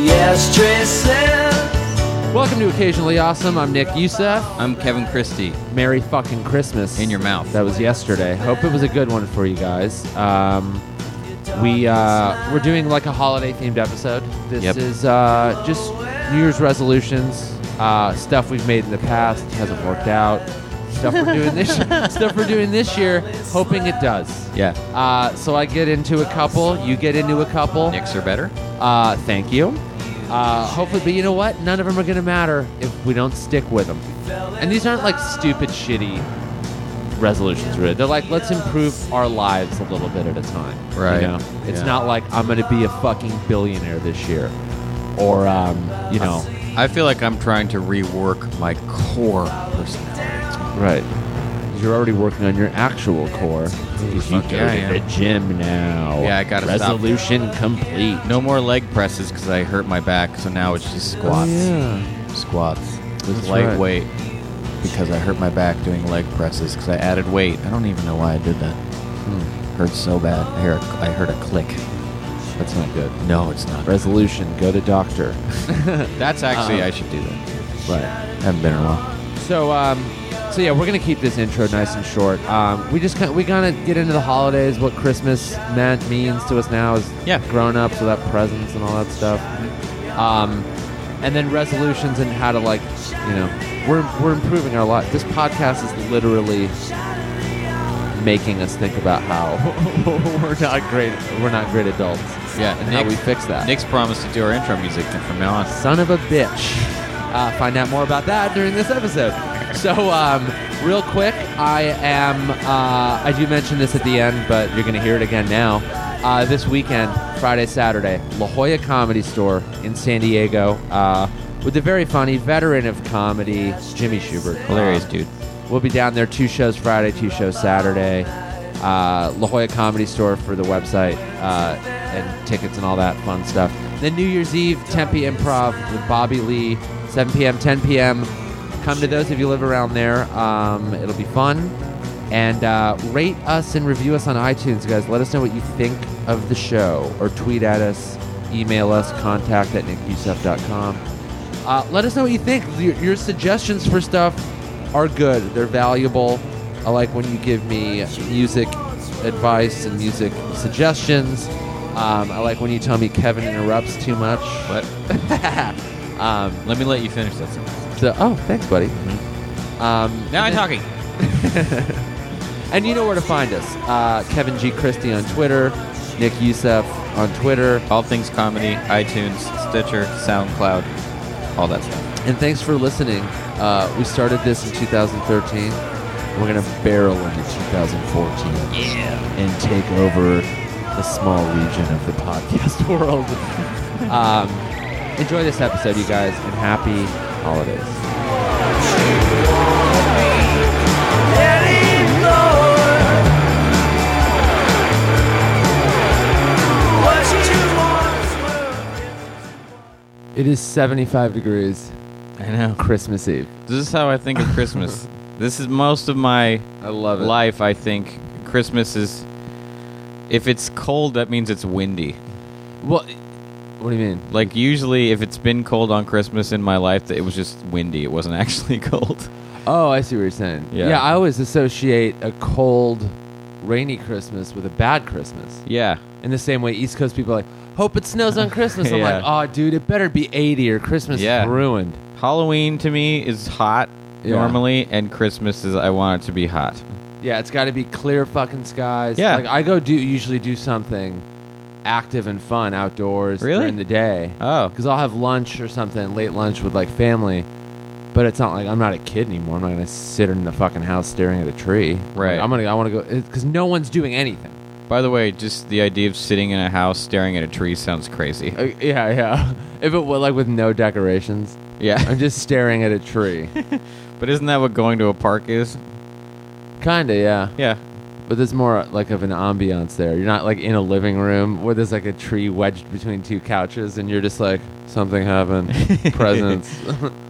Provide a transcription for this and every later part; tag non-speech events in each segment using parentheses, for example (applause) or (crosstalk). Yes, Tristan. Welcome to Occasionally Awesome. I'm Nick Youssef. I'm Kevin Christie. Merry fucking Christmas. In your mouth. That was yesterday. Hope it was a good one for you guys. Um, we uh, we're doing like a holiday themed episode. This Yep. is uh, just New Year's resolutions, uh, stuff we've made in the past hasn't worked out, stuff we're doing this (laughs) year, stuff we're doing this year, hoping it does. Yeah. Uh, so I get into a couple. You get into a couple. Nicks are better. Uh, thank you. Uh, hopefully, but you know what? None of them are going to matter if we don't stick with them. And these aren't like stupid, shitty resolutions, really. They're like, let's improve our lives a little bit at a time. you Right. know? It's Yeah. not like I'm going to be a fucking billionaire this year, or um, you know, I feel like I'm trying to rework my core personality. right. You're already working on your actual core. 'Cause You Fuck go yeah, I to am. the gym now. Yeah, I gotta stop. resolution complete. No more leg presses because I hurt my back, so now it's just squats. yeah. Squats. It was That's right. lightweight because I hurt my back doing leg presses because I added weight. I don't even know why I did that. Hurts so bad. I heard, I heard a click. That's not good. No, it's not. Resolution: Go to (laughs) doctor. That's actually, Um, I should do that. Right. Haven't been in a while. So, um, so yeah, we're gonna keep this intro nice and short. Um, we just kind we gonna get into the holidays, what Christmas meant means to us now as Yeah. grown ups without presents and all that stuff. Um, and then resolutions and how to like, you know, we're we're improving our life. This podcast is literally making us think about how we're not great we're not great adults. Yeah, and how Nick- we fix that. Nick's promised to do our intro music and from now on. Son of a bitch. Uh, find out more about that during this episode. So, um, real quick, I am. Uh, I do mention this at the end, but you're going to hear it again now. Uh, this weekend, Friday, Saturday, La Jolla Comedy Store in San Diego uh, with the very funny veteran of comedy, Jimmy Schubert. Hilarious Um, dude. We'll be down there two shows Friday, two shows Saturday. Uh, La Jolla Comedy Store for the website uh, and tickets and all that fun stuff. Then New Year's Eve, Tempe Improv with Bobby Lee, 7 p.m., 10 p.m. Come to those if you live around there. Um, it'll be fun. And uh, rate us and review us on iTunes, guys. Let us know what you think of the show or tweet at us, email us, contact at nickyusef.com. Uh, let us know what you think. Your, your suggestions for stuff are good. They're valuable. I like when you give me music advice and music suggestions. Um, I like when you tell me Kevin interrupts too much. (laughs) But Um, let me let you finish that sentence. so, oh, thanks, buddy. Um, Now I'm talking. and you know where to find us. Uh, Kevin G. Christie on Twitter, Nick Youssef on Twitter. All things comedy, iTunes, Stitcher, SoundCloud, all that stuff. And thanks for listening. Uh, we started this in 2013. We're going to barrel into 2014 and take over the small region of the podcast (laughs) world. um, enjoy this episode, you guys, and happy holidays. It is 75 degrees I know. Christmas Eve. This is how I think of (laughs) Christmas. this is most of my I love it. life, I think. Christmas is. If it's cold, that means it's windy. Well, what do you mean? Like, usually, if it's been cold on Christmas in my life, it was just windy. It wasn't (laughs) actually cold. Oh, I see what you're saying. Yeah. yeah, I always associate a cold, rainy Christmas with a bad Christmas. Yeah. In the same way, East Coast people are like, hope it snows on Christmas. I'm (laughs) Yeah. like, oh, dude, it better be 80 or Christmas Yeah. is ruined. Halloween to me is hot Yeah. normally, and Christmas is I want it to be hot. Yeah, it's got to be clear fucking skies. Yeah. Like, I go do usually do something active and fun outdoors Really? during the day. Oh, Because I'll have lunch or something, late lunch with like family. But it's not like I'm not a kid anymore. I'm not gonna sit in the fucking house staring at a tree. Right. Like, I'm gonna. I want to go because no one's doing anything. By the way, just the idea of sitting in a house staring at a tree sounds crazy. Uh, yeah, yeah. (laughs) If it were like with no decorations, Yeah. (laughs) (laughs) I'm just staring at a tree. but isn't that what going to a park is? Kinda, yeah. Yeah. But there's more like of an ambiance there. You're not like in a living room where there's like a tree wedged between two couches, and you're just like (laughs) something happened, presents.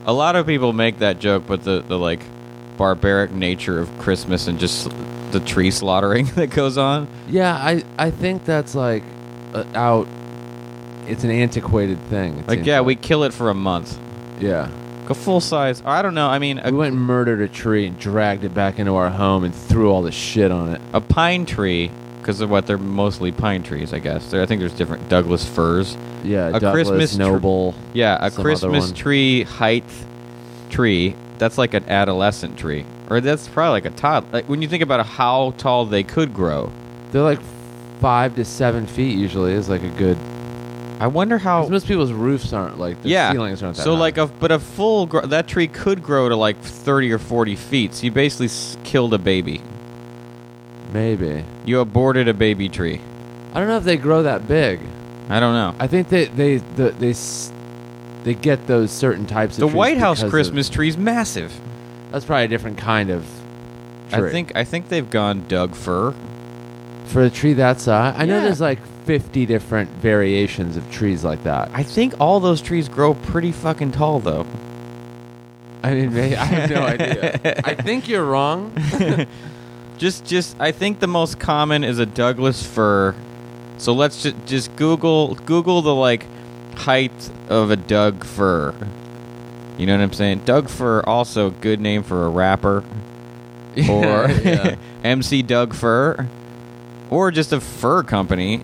A lot of people make that joke, but the, the like barbaric nature of Christmas and just the tree slaughtering (laughs) that goes on. Yeah, I I think that's like uh, out. It's an antiquated thing. It's Like, yeah, we kill it for a month. antiquated. yeah. Like a full size. I don't know. I mean, We a, went and murdered a tree and dragged it back into our home and threw all the shit on it. a pine tree, because of what they're mostly pine trees, I guess. There, I think there's different Douglas firs. Yeah, A Douglas Christmas tr- Noble. Yeah, a Some other Christmas one. tree height tree. That's like an adolescent tree, or that's probably like a toddler. Like when you think about how tall they could grow, They're like five to seven feet usually. Is like a good. I wonder how. 'cause most people's roofs aren't like their Oh. yeah, ceilings aren't that. so high. like a but a full gr- that tree could grow to like thirty or forty feet. So you basically s- killed a baby. maybe. You aborted a baby tree. I don't know if they grow that big. I don't know. I think they they the, they s- they get those certain types of. The trees White House because of- Christmas tree's massive. that's probably a different kind of. I tree. think I think they've gone Doug fir. for a tree that size. I know Yeah. there's like 50 different variations of trees like that. I think all those trees grow pretty fucking tall though. I mean, may- I (laughs) have no idea. I think you're wrong. Just, just. I think the most common is a Douglas fir. So let's just, just Google Google the like height of a Doug fir. You know what I'm saying? Doug fir also good name for a rapper, (laughs) (laughs) or (laughs) Yeah. MC Doug fir, or just a fur company.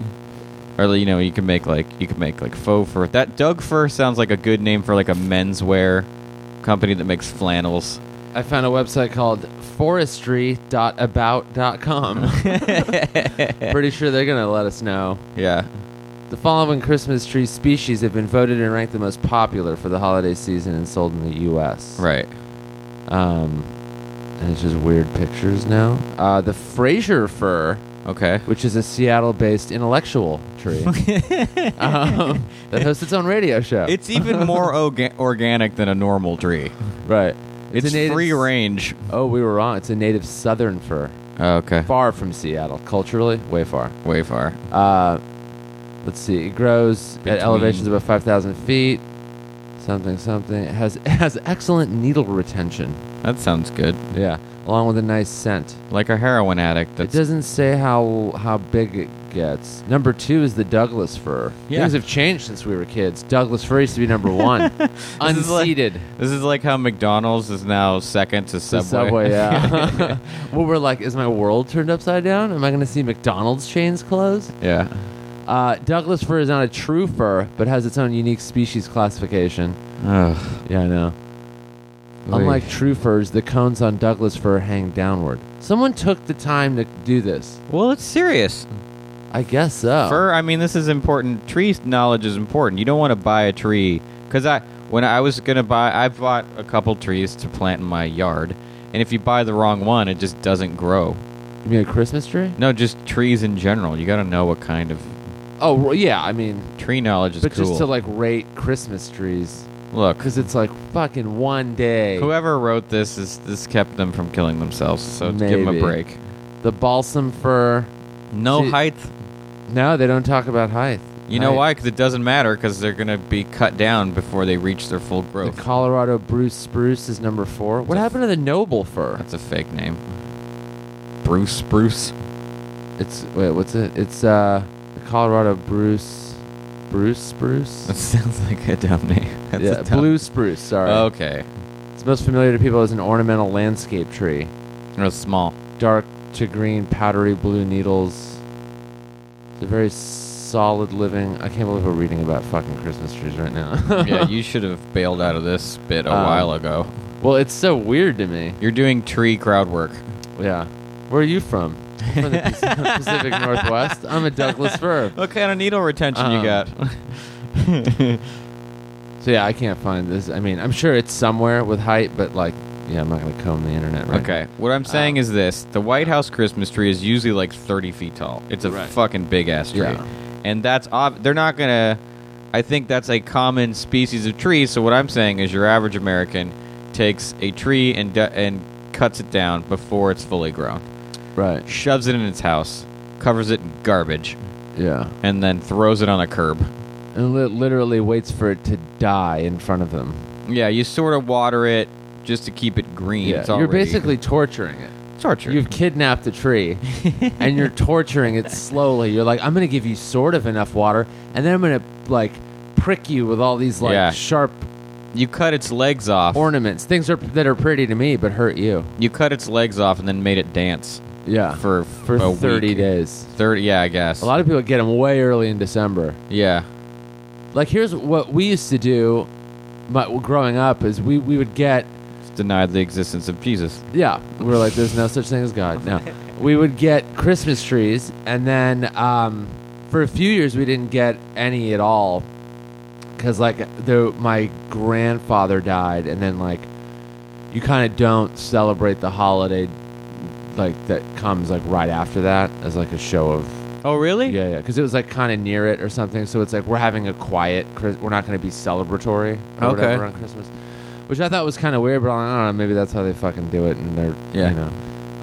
Or you know you can make like you can make like faux fur. That Doug fir sounds like a good name for like a menswear company that makes flannels. I found a website called forestry.about.com. (laughs) Pretty sure they're going to let us know. Yeah. The following Christmas tree species have been voted and ranked the most popular for the holiday season and sold in the U.S. Right. Um, and it's just weird pictures now. Uh, the Fraser fir. Okay. which is a Seattle-based intellectual (laughs) tree (laughs) um, that hosts its own radio show. It's even (laughs) more orga- organic than a normal tree. right. It's, a native, free range. Oh, Oh, we were wrong. It's a native southern fir, Okay. far from Seattle culturally, way far. Way far. Uh, let's see. It grows Between- at elevations above 5,000 feet. Something, something. It has (laughs) it has excellent needle retention. That sounds good. Yeah, along with a nice scent. Like a heroin addict. It That's doesn't say how how big it gets. Number two is the Douglas fir. Yeah. Things have changed since we were kids. Douglas fir used to be number (laughs) one, is like- unseated. this is like how McDonald's is now second to The Subway. subway, yeah. (laughs) well, we're like, is my world turned upside down? Am I going to see McDonald's chains close? (laughs) yeah. Uh, Douglas fir is not a true fir, but has its own unique species classification. Ugh. Yeah, I know. Unlike true firs, the cones on Douglas fir hang downward. Someone took the time to do this. Well, it's serious. I guess so. Fur. I mean, this is important. Tree knowledge is important. You don't want to buy a tree because I when I was gonna buy, I bought a couple trees to plant in my yard, and if you buy the wrong one, it just doesn't grow. You mean a Christmas tree? No, just trees in general. You got to know what kind of Oh, well, yeah. I mean, tree knowledge is but cool. just to like rate Christmas trees Look, because it's like fucking one day. whoever wrote this is this kept them from killing themselves. So give them Maybe. a break. The balsam fir. No See- height. No, they don't talk about height. You know Height. why? Because it doesn't matter. Because they're gonna be cut down before they reach their full The growth. Colorado Bruce spruce is number four. What It's a- happened to the noble fir? That's a fake name. (laughs) Bruce. Bruce. It's wait, what's it? It's uh, the Colorado Bruce, Bruce That spruce. sounds like a dumb name. (laughs) That's yeah, a Oh. dumb- blue spruce. Sorry, Okay. it's most familiar to people as an ornamental landscape tree. (laughs) Or small. dark to green, powdery blue needles. It's a very solid living. I can't believe we're reading about fucking Christmas trees right now. (laughs) yeah, you should have bailed out of this bit a Um, while ago. well, it's so weird to me. You're doing tree crowd work. Yeah. Where are you from? I'm from the (laughs) Pac- Pacific Northwest. I'm a Douglas fir. What kind of needle retention Um, you got? (laughs) So yeah, I can't find this. I mean, I'm sure it's somewhere with height, but like, yeah, I'm not gonna comb the internet right. Uh, Okay. What I'm saying is this: the White House Christmas tree is usually like 30 feet tall. It's a Right. fucking big ass tree, Yeah. and that's ob- they're not gonna. I think that's a common species of tree. So what I'm saying is, your average American takes a tree and du- and cuts it down before it's fully grown, Right. shoves it in its house, covers it in garbage, Yeah. and then throws it on a curb. And it literally waits for it to die in front of them. Yeah, you sort of water it, just to keep it green. Yeah, It's you're already- basically torturing it. (laughs) torture. You've kidnapped a (laughs) tree and you're torturing it slowly. You're like, I'm going to give you sort of enough water, and then I'm going to like prick you with all these like Yeah. sharp you cut its legs off. ornaments, things are, that are pretty to me but hurt you. you cut its legs off and then made it dance Yeah, for for a 30 week. days. Thirty, yeah, I guess. A lot of people get them way early in December. yeah, Like here's what we used to do, my, growing up is we we would get It's denied the existence of Jesus. Yeah, we were like, there's no such thing as God. No, we would get Christmas trees, and then um, for a few years we didn't get any at all, because like the, my grandfather died, and then like you kind of don't celebrate the holiday like that comes like right after that as like a show of Oh, really? yeah yeah because it was like kind of near it or something so it's like we're having a quiet Chris- we're not going to be celebratory or Okay. whatever on christmas which i thought was kind of weird but i don't know maybe that's how they fucking do it and they're Yeah. you know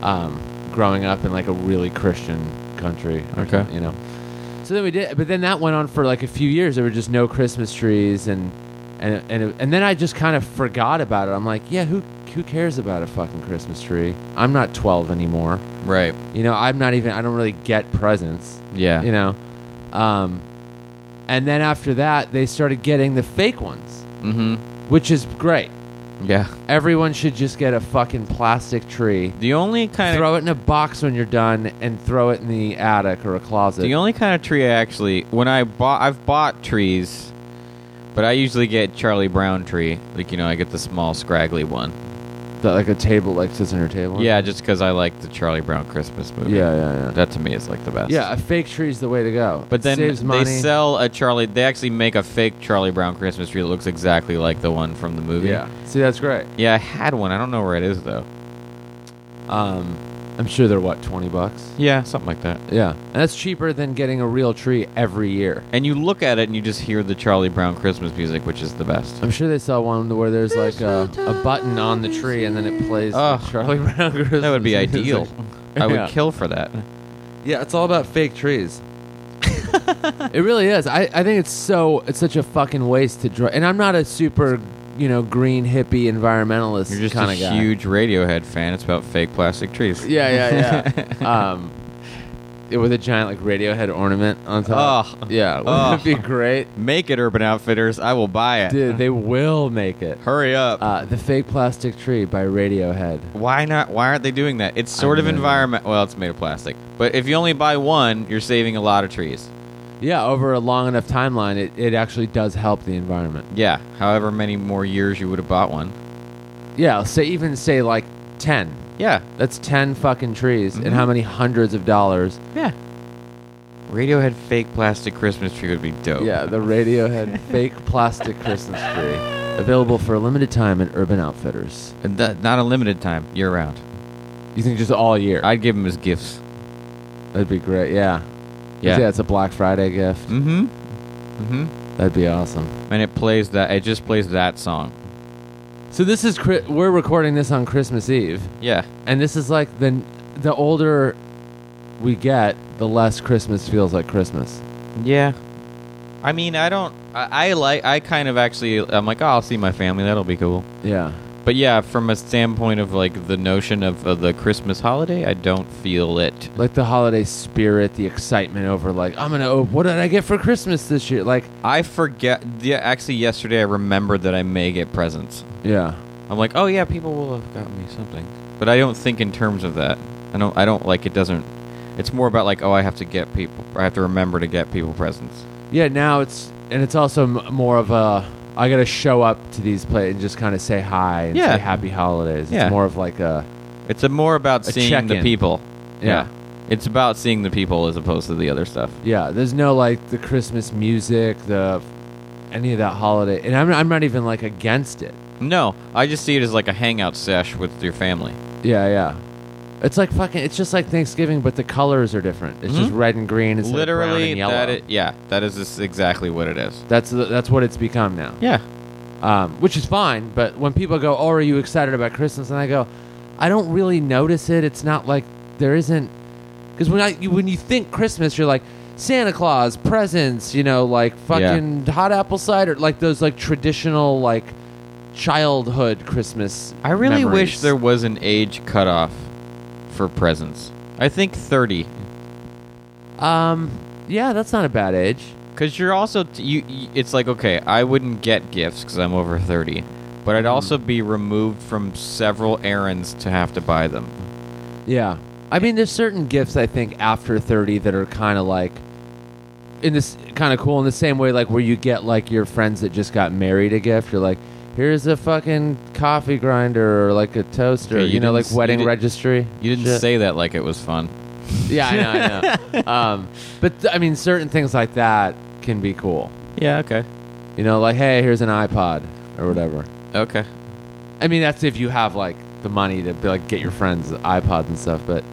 um, growing up in like a really christian country or Okay. something, you know so then we did but then that went on for like a few years there were just no christmas trees and and and, and then i just kind of forgot about it i'm like yeah who who cares about a fucking christmas tree i'm not 12 anymore Right. you know i'm not even i don't really get presents Yeah. you know um, and then after that they started getting the fake ones Mm-hmm. which is great Yeah. everyone should just get a fucking plastic tree The only kind of throw it in a box when you're done and throw it in the attic or a closet the only kind of tree I actually when I bought I've bought trees, but I usually get Charlie Brown tree. Like you know, I get the small scraggly one. That, like a table like sits on your table Yeah, just because I like the Charlie Brown Christmas movie. yeah yeah yeah That to me is like the best. yeah a fake tree is the way to go But then saves money they sell a Charlie. They actually make a fake Charlie Brown Christmas tree that looks exactly like the one from the movie. yeah see that's great Yeah, I had one. I don't know where it is though. um, i'm sure they're what 20 bucks Yeah, something like that. yeah and that's cheaper than getting a real tree every year And you look at it and you just hear the Charlie Brown Christmas music, which is the best. I'm sure they saw one where there's like a, a button on the tree and then it plays Oh. the Charlie Brown Christmas. That would (laughs) be music. ideal. I would Yeah. kill for that. Yeah, it's all about fake trees. it really is. I, I think it's so it's such a fucking waste to draw. And I'm not a super you know green hippie environmentalist You're just kind a of guy. huge Radiohead fan. It's about fake plastic trees. Yeah, yeah, yeah. um, it- with a giant like Radiohead ornament on top. Oh. Yeah, would Oh. be great, (laughs) Make it, Urban Outfitters. I will buy it. dude? They will make it. Hurry up. Uh, the fake plastic tree by Radiohead. why not? Why aren't they doing that? It's sort of know. environment. Well, it's made of plastic. But if you only buy one, you're saving a lot of trees. Yeah, over a long enough timeline, it, it actually does help the environment. Yeah, however many more years you would have bought one. Yeah, say even say like ten. Yeah, That's ten fucking trees, and how many hundreds of dollars? yeah. Radiohead fake plastic Christmas tree would be dope. Yeah, the Radiohead fake plastic Christmas tree, available for a limited time at Urban Outfitters. And that, not a limited time, year round. You think just all year? I'd give them as gifts. That'd be great. Yeah, 'Cause, Yeah. yeah. It's a Black Friday gift. Mm-hmm. Mm-hmm. That'd be awesome. And it plays that. It just plays that song. So this is Chri- we're recording this on Christmas Eve, Yeah. and this is like the the older we get, the less Christmas feels like Christmas. Yeah. I mean, I don't. I, I like. I kind of actually. I'm like, oh, I'll see my family. That'll be cool. Yeah. But yeah, from a standpoint of like the notion of, of the Christmas holiday, I don't feel it. like the holiday spirit, the excitement over like I'm gonna. Oh, what did I get for Christmas this year? Like, I forget. Yeah, actually, yesterday I remembered that I may get presents. yeah, I'm like, oh yeah, people will have got me something, but I don't think in terms of that. I don't. I don't like it. Doesn't. It's more about like, oh, I have to get people. I have to remember to get people presents. yeah. Now it's and it's also m- more of a I gotta show up to these places and just kind of say hi and Yeah. say happy holidays. It's Yeah. more of like a It's a more about A seeing the check-in. people. Yeah. it's about seeing the people as opposed to the other stuff. yeah. There's no like the Christmas music, the any of that holiday, and I'm I'm not even like against it. No, I just see it as like a hangout sesh with your family. Yeah, yeah. It's like fucking. It's just like Thanksgiving, but the colors are different. It's just red and green instead of brown Mm-hmm. Literally, and yellow. that. It, yeah, that is just exactly what it is. that's the, that's what it's become now. Yeah, um, which is fine. But when people go, "Oh, are you excited about Christmas?" and I go, "I don't really notice it. It's not like there isn't because when I you, when you think Christmas, you're like Santa Claus, presents, you know, like fucking hot apple cider, like those like traditional like childhood Christmas. I really memories. wish there was an age cutoff for presents. I think 30 Um, yeah, that's not a bad age. Because you're also t- you, you. It's like okay, I wouldn't get gifts because I'm over thirty, but I'd also be removed from several errands to have to buy them. Yeah. I mean, there's certain gifts I think after 30 that are kind of like in this kind of cool in the same way like where you get like your friends that just got married a gift. You're like, here's a fucking coffee grinder or like a toaster, Okay, you, you know, didn't like s- you wedding did- registry. You didn't shit. say that like it was fun. Yeah, I know, I (laughs) know. um, but th- I mean, certain things like that can be cool. Yeah. Okay. You know, like hey, here's an iPod or whatever. Okay. I mean, that's if you have like the money to be, like get your friends iPods and stuff. But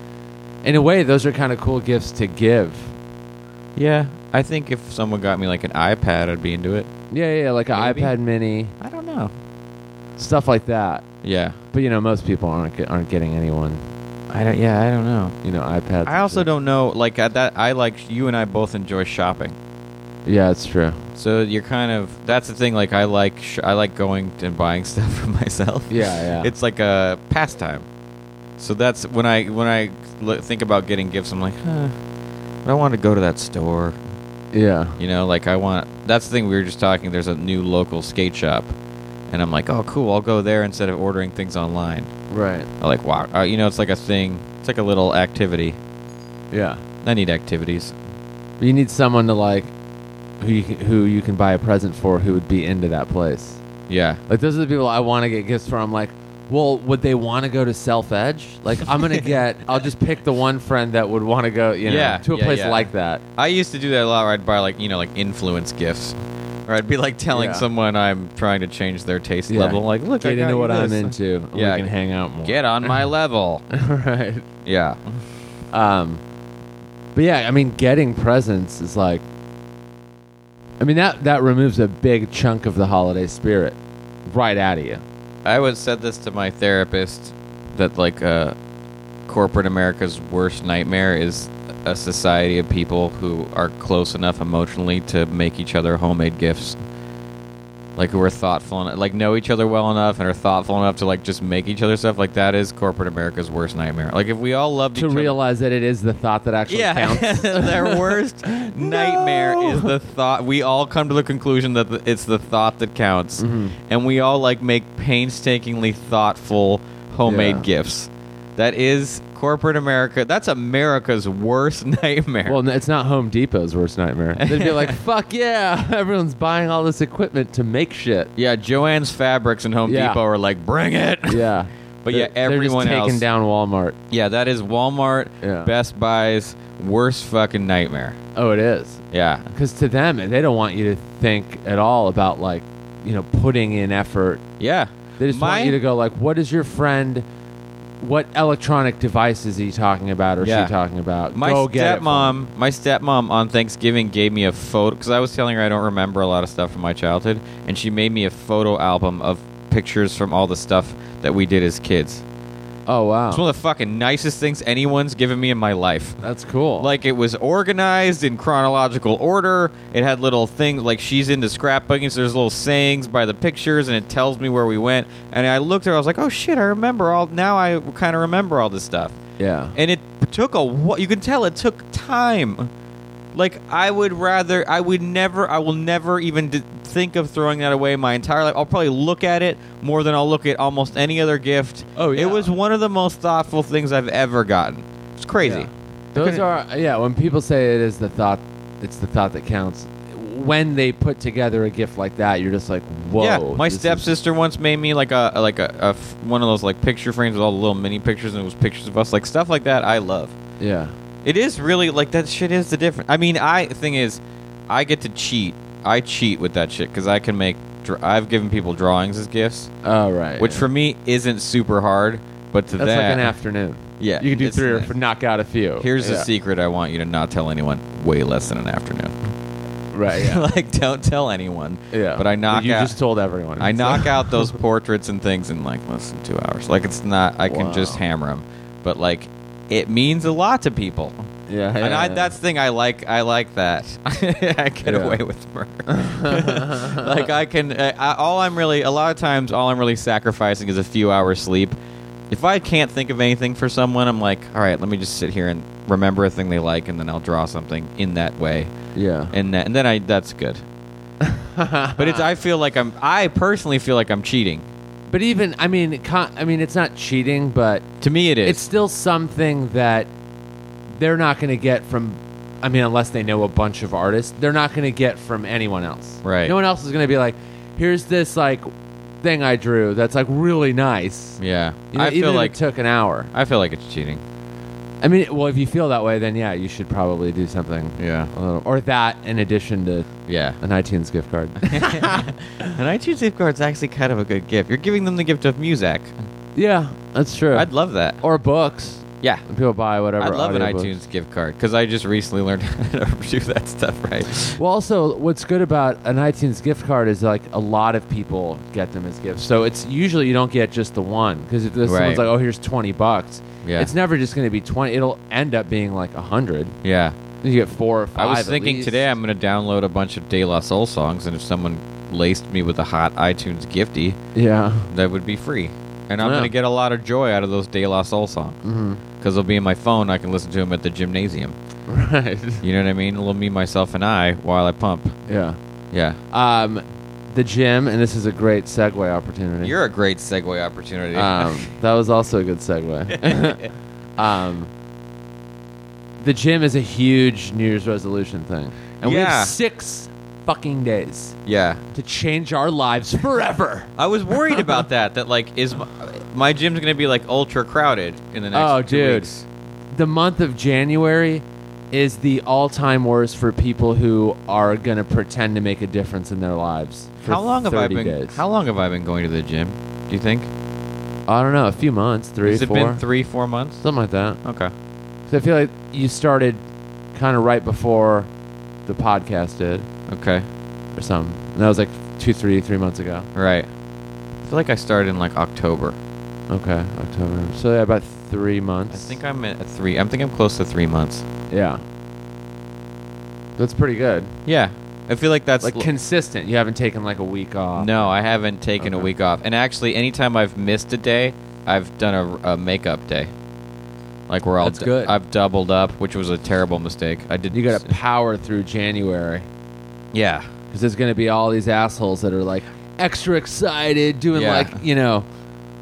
in a way, those are kind of cool gifts to give. Yeah. I think if someone got me like an iPad, I'd be into it. Yeah, yeah, yeah, like an Maybe. iPad Mini, I don't know. stuff like that. Yeah. But you know, most people aren't ge- aren't getting anyone I don't. Yeah. I don't know. you know iPads. I also and don't know. Like at that, I like you and I both enjoy shopping. shit. Yeah, it's true. So you're kind of that's the thing. Like I like sh- I like going and buying (laughs) stuff for myself. Yeah, yeah. It's like a pastime. So that's when I when I lo- think about getting gifts, I'm like, huh, I don't want to go to that store. yeah, You know, like I want. That's the thing we were just talking. There's a new local skate shop, and I'm like, oh, cool. I'll go there instead of ordering things online. right. I like wow. Uh, you know, it's like a thing. It's like a little activity. Yeah, I need activities. you need someone to like who you can, who you can buy a present for who would be into that place. Yeah. Like those are the people I want to get gifts for. I'm like, well, would they want to go to Self Edge? Like I'm (laughs) gonna get. I'll just pick the one friend that would want to go. You know, Yeah, to a yeah, place yeah. like that. I used to do that a lot where I'd buy like, you know, like influence gifts. Or I'd be like telling Yeah. someone I'm trying to change their taste Yeah. level. Like, look, I Get got into you what I'm this. into. and Yeah. we can hang out more. Get on my level. (laughs) right. Yeah. Um, but yeah, I mean, getting presents is like, I mean that that removes a big chunk of the holiday spirit right out of you. I would said this to my therapist that like uh, corporate America's worst nightmare is a society of people who are close enough emotionally to make each other homemade gifts. Like who are thoughtful and like know each other well enough and are thoughtful enough to like just make each other stuff. Like that is corporate America's worst nightmare. Like if we all loved To each other, realize that it is the thought that actually counts. (laughs) their (laughs) worst nightmare is the thought. We all come to the conclusion that th- it's the thought that counts, Mm-hmm. and we all like make painstakingly thoughtful homemade Yeah. gifts. That is corporate America. That's America's worst (laughs) nightmare. Well, it's not Home Depot's worst nightmare. They'd be (laughs) like, "Fuck yeah, (laughs) everyone's buying all this equipment to make shit." yeah, Joanne's Fabrics and Home Yeah. Depot are like, bring it. Yeah, But They're- they're yeah, just everyone taking else- down Walmart. yeah, that is Walmart, Yeah. Best Buy's worst fucking nightmare. Oh, it is. Yeah, Because to them, they don't want you to think at all about like, you know, putting in effort yeah. They just My- want you to go like, what is your friend? What electronic device is he talking about or Yeah. she talking about? My go get it for him. stepmom, my stepmom on Thanksgiving gave me a photo because I was telling her I don't remember a lot of stuff from my childhood, and she made me a photo album of pictures from all the stuff that we did as kids. Oh wow, It's one of the fucking nicest things anyone's given me in my life. that's cool. Like it was organized in chronological order. It had little things like she's into scrapbooking, so there's little sayings by the pictures, and it tells me where we went. And I looked at her, I was like, oh shit, I remember all. Now I kind of remember all this stuff yeah, and it took a wh- you can tell it took time like i would rather i would never i will never even d- think of throwing that away my entire life i'll probably look at it more than i'll look at almost any other gift Oh, yeah. it was one of the most thoughtful things i've ever gotten it's crazy Yeah. those are yeah. When people say it is the thought, it's the thought that counts. When they put together a gift like that, you're just like, whoa. Yeah, my this is- stepsister once made me like a like a, a f- one of those like picture frames with all the little mini pictures and it was pictures of us like stuff like that. I love. Yeah, It is really like that shit is the difference. I mean, I thing is, I get to cheat. I cheat with that shit because I can make. Dr- I've given people drawings as gifts, all right. which for me isn't super hard, but to that's that, like an afternoon. yeah, You can do it's three or an- f- knock out a few. Here's yeah. a secret I want you to not tell anyone. Way less than an afternoon. Right. Yeah. (laughs) like don't tell anyone. yeah. But I knock You out. just told everyone. (laughs) I It's (laughs) knock like- out those portraits and things in like less than two hours. Like it's not. I can just Wow. hammer them, but like it means a lot to people. Yeah, yeah, and I, yeah. that's the thing I like. I like that. (laughs) I get Yeah. away with murder. (laughs) like I can. I, I, all I'm really a lot of times all I'm really sacrificing is a few hours sleep. If I can't think of anything for someone, I'm like, all right, let me just sit here and remember a thing they like, and then I'll draw something in that way, yeah. and that, and then I (laughs) that's good. but it's I feel like I'm I personally feel like I'm cheating. But even I mean, con- I mean, it's not cheating, but To me, it is. it's still something that they're not going to get from. I mean, unless they know a bunch of artists, they're not going to get from anyone else. Right. No one else is going to be like, "Here's this like thing I drew that's like really nice." yeah. You know, I even feel if like it took an hour. I feel like it's cheating. I mean, well, if you feel that way, then yeah, you should probably do something. Yeah. A little, or that in addition to Yeah. an iTunes gift (laughs) card. An iTunes gift card's actually kind of a good gift. You're giving them the gift of music. yeah, that's true. I'd love that. or books. Yeah. People buy whatever. I'd love an audiobooks. iTunes gift card because I just recently learned (laughs) how to do that stuff right. Well, also, what's good about an iTunes gift card is like a lot of people get them as gifts. So it's usually you don't get just the one because if someone's Right. like, "Oh, here's twenty bucks," Yeah. it's never just going to be twenty. It'll end up being like a hundred. Yeah. You get four or I five. was at thinking least. today I'm going to download a bunch of De La Soul songs, and if someone laced me with a hot iTunes gifty, (laughs) Yeah. that would be free. And I'm Yeah. going to get a lot of joy out of those De La Soul songs Mm-hmm. because they'll be in my phone. I can listen to them at the gymnasium. Right. You know what I mean? A little me, myself, and I while I pump. Yeah. Yeah. Um, the gym, and this is a great segue opportunity. You're a great segue (laughs) opportunity. um, that was also a good (laughs) segue. um, the gym is a huge New Year's resolution thing, and we Yeah. have six fucking days yeah. to change our lives forever. (laughs) I was worried about that. That like is my, my gym's gonna be like ultra crowded in the next. Oh, two dude. weeks. the month of January is the all-time worst for people who are going to pretend to make a difference in their lives. for How long have I 30 been? Days. How long have I been going to the gym? Do you think? I don't know, a few months, three, Has it four, been three, four months? something like that. Okay. So I feel like you started kind of right before the podcast did. Okay. or something. And that was like two, three, three months ago. Right. I feel like I started in like October. Okay, October. So yeah, about three months. I think I'm at three. I think I'm close to three months. yeah. That's pretty good. Yeah. I feel like that's Like l- consistent. You haven't taken like a week off. no. I haven't taken a Okay. week off, and actually, anytime I've missed a day, I've done a, a makeup day. Like we're all That's good. I've doubled up, which was a terrible mistake. I did. You got to power through January yeah. because there's going to be all these assholes that are like extra excited, doing Yeah. like you know.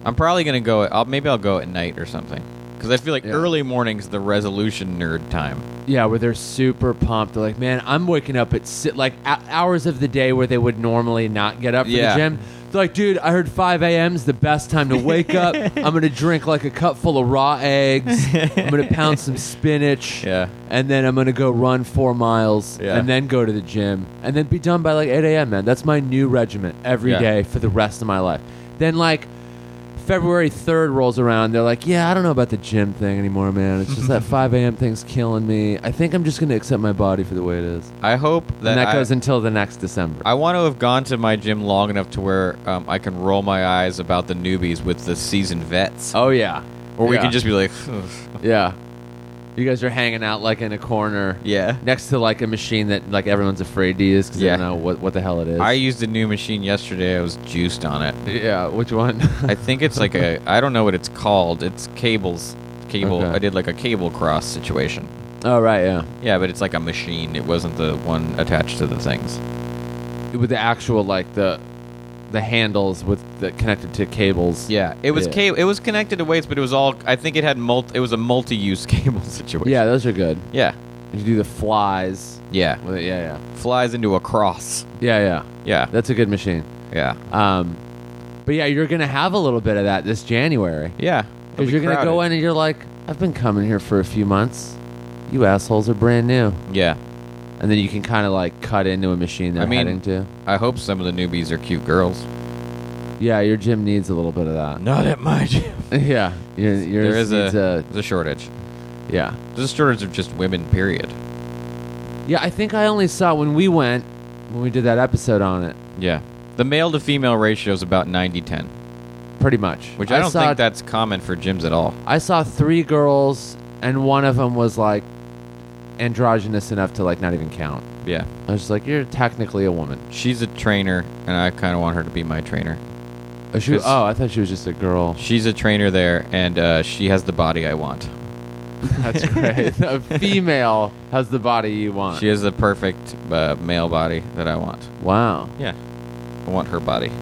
I'm probably gonna go. I'll, maybe I'll go at night or something. Because I feel like Yeah. early mornings the resolution nerd time. Yeah, where they're super pumped. They're like, "Man, I'm waking up at si- like a- hours of the day where they would normally not get up for Yeah. the gym." They're like, "Dude, I heard 5 a.m.'s the best time to wake (laughs) up. I'm gonna drink like a cup full of raw eggs. I'm gonna pound some spinach. Yeah. and then I'm gonna go run four miles, Yeah. and then go to the gym, and then be done by like 8 a.m. Man, that's my new regiment every day Yeah. for the rest of my life. Then like February 3rd rolls around, they're like, yeah, I don't know about the gym thing anymore, man. It's just (laughs) that 5 a.m. thing's killing me. I think I'm just going to accept my body for the way it is. I hope that, and that I, goes until the next December. I want to have gone to my gym long enough to where um, I can roll my eyes about the newbies with the seasoned vets, oh, yeah. or we Yeah. can just be like, (laughs) Yeah. You guys are hanging out like in a corner yeah. next to like a machine that like everyone's afraid to use because Yeah. they don't know what, what the hell it is. I used a new machine yesterday. I was juiced on (laughs) it. yeah, which one? (laughs) I think it's like a. I don't know what it's called. It's cables. Cable. Okay. I did like a cable cross situation. oh, right, yeah. Yeah, but it's like a machine. It wasn't the one attached to the things. With the actual like the the handles with the connected to cables. Yeah, it was Yeah. cable. It was connected to weights, but it was all. I think it had multi. It was a multi-use (laughs) cable situation. Yeah, those are good. yeah, You do the flies. yeah. With it. Yeah, yeah. Flies into a cross. Yeah, yeah. Yeah, That's a good machine. yeah, Um, but yeah, you're gonna have a little bit of that this January yeah. because you're gonna go in and you're like, I've been coming here for a few months. You assholes are brand new, Yeah, and then you can kind of like cut into a machine they're I mean- heading to. I hope some of the newbies are cute girls. Yeah, your gym needs a little bit of that. (laughs) Not at my gym. yeah, your, yours There is needs a, there's a shortage. yeah, There's a shortage of just women. Period. yeah. I think I only saw when we went when we did that episode on it. Yeah, the male to female ratio is about 90-10, Pretty much, which I, don't saw think that's common for gyms at all. I saw three girls, and one of them was like androgynous enough to like not even count. Yeah. I was just like, you're technically a woman. She's a trainer, and I kind of want her to be my trainer. Oh, she was, 'Cause- oh, I thought she was just a (laughs) girl. She's a trainer there, and uh, she has the body I want. That's great. (laughs) a female has the body you want. She has the perfect uh, male body that I want. wow. Yeah. I want her body.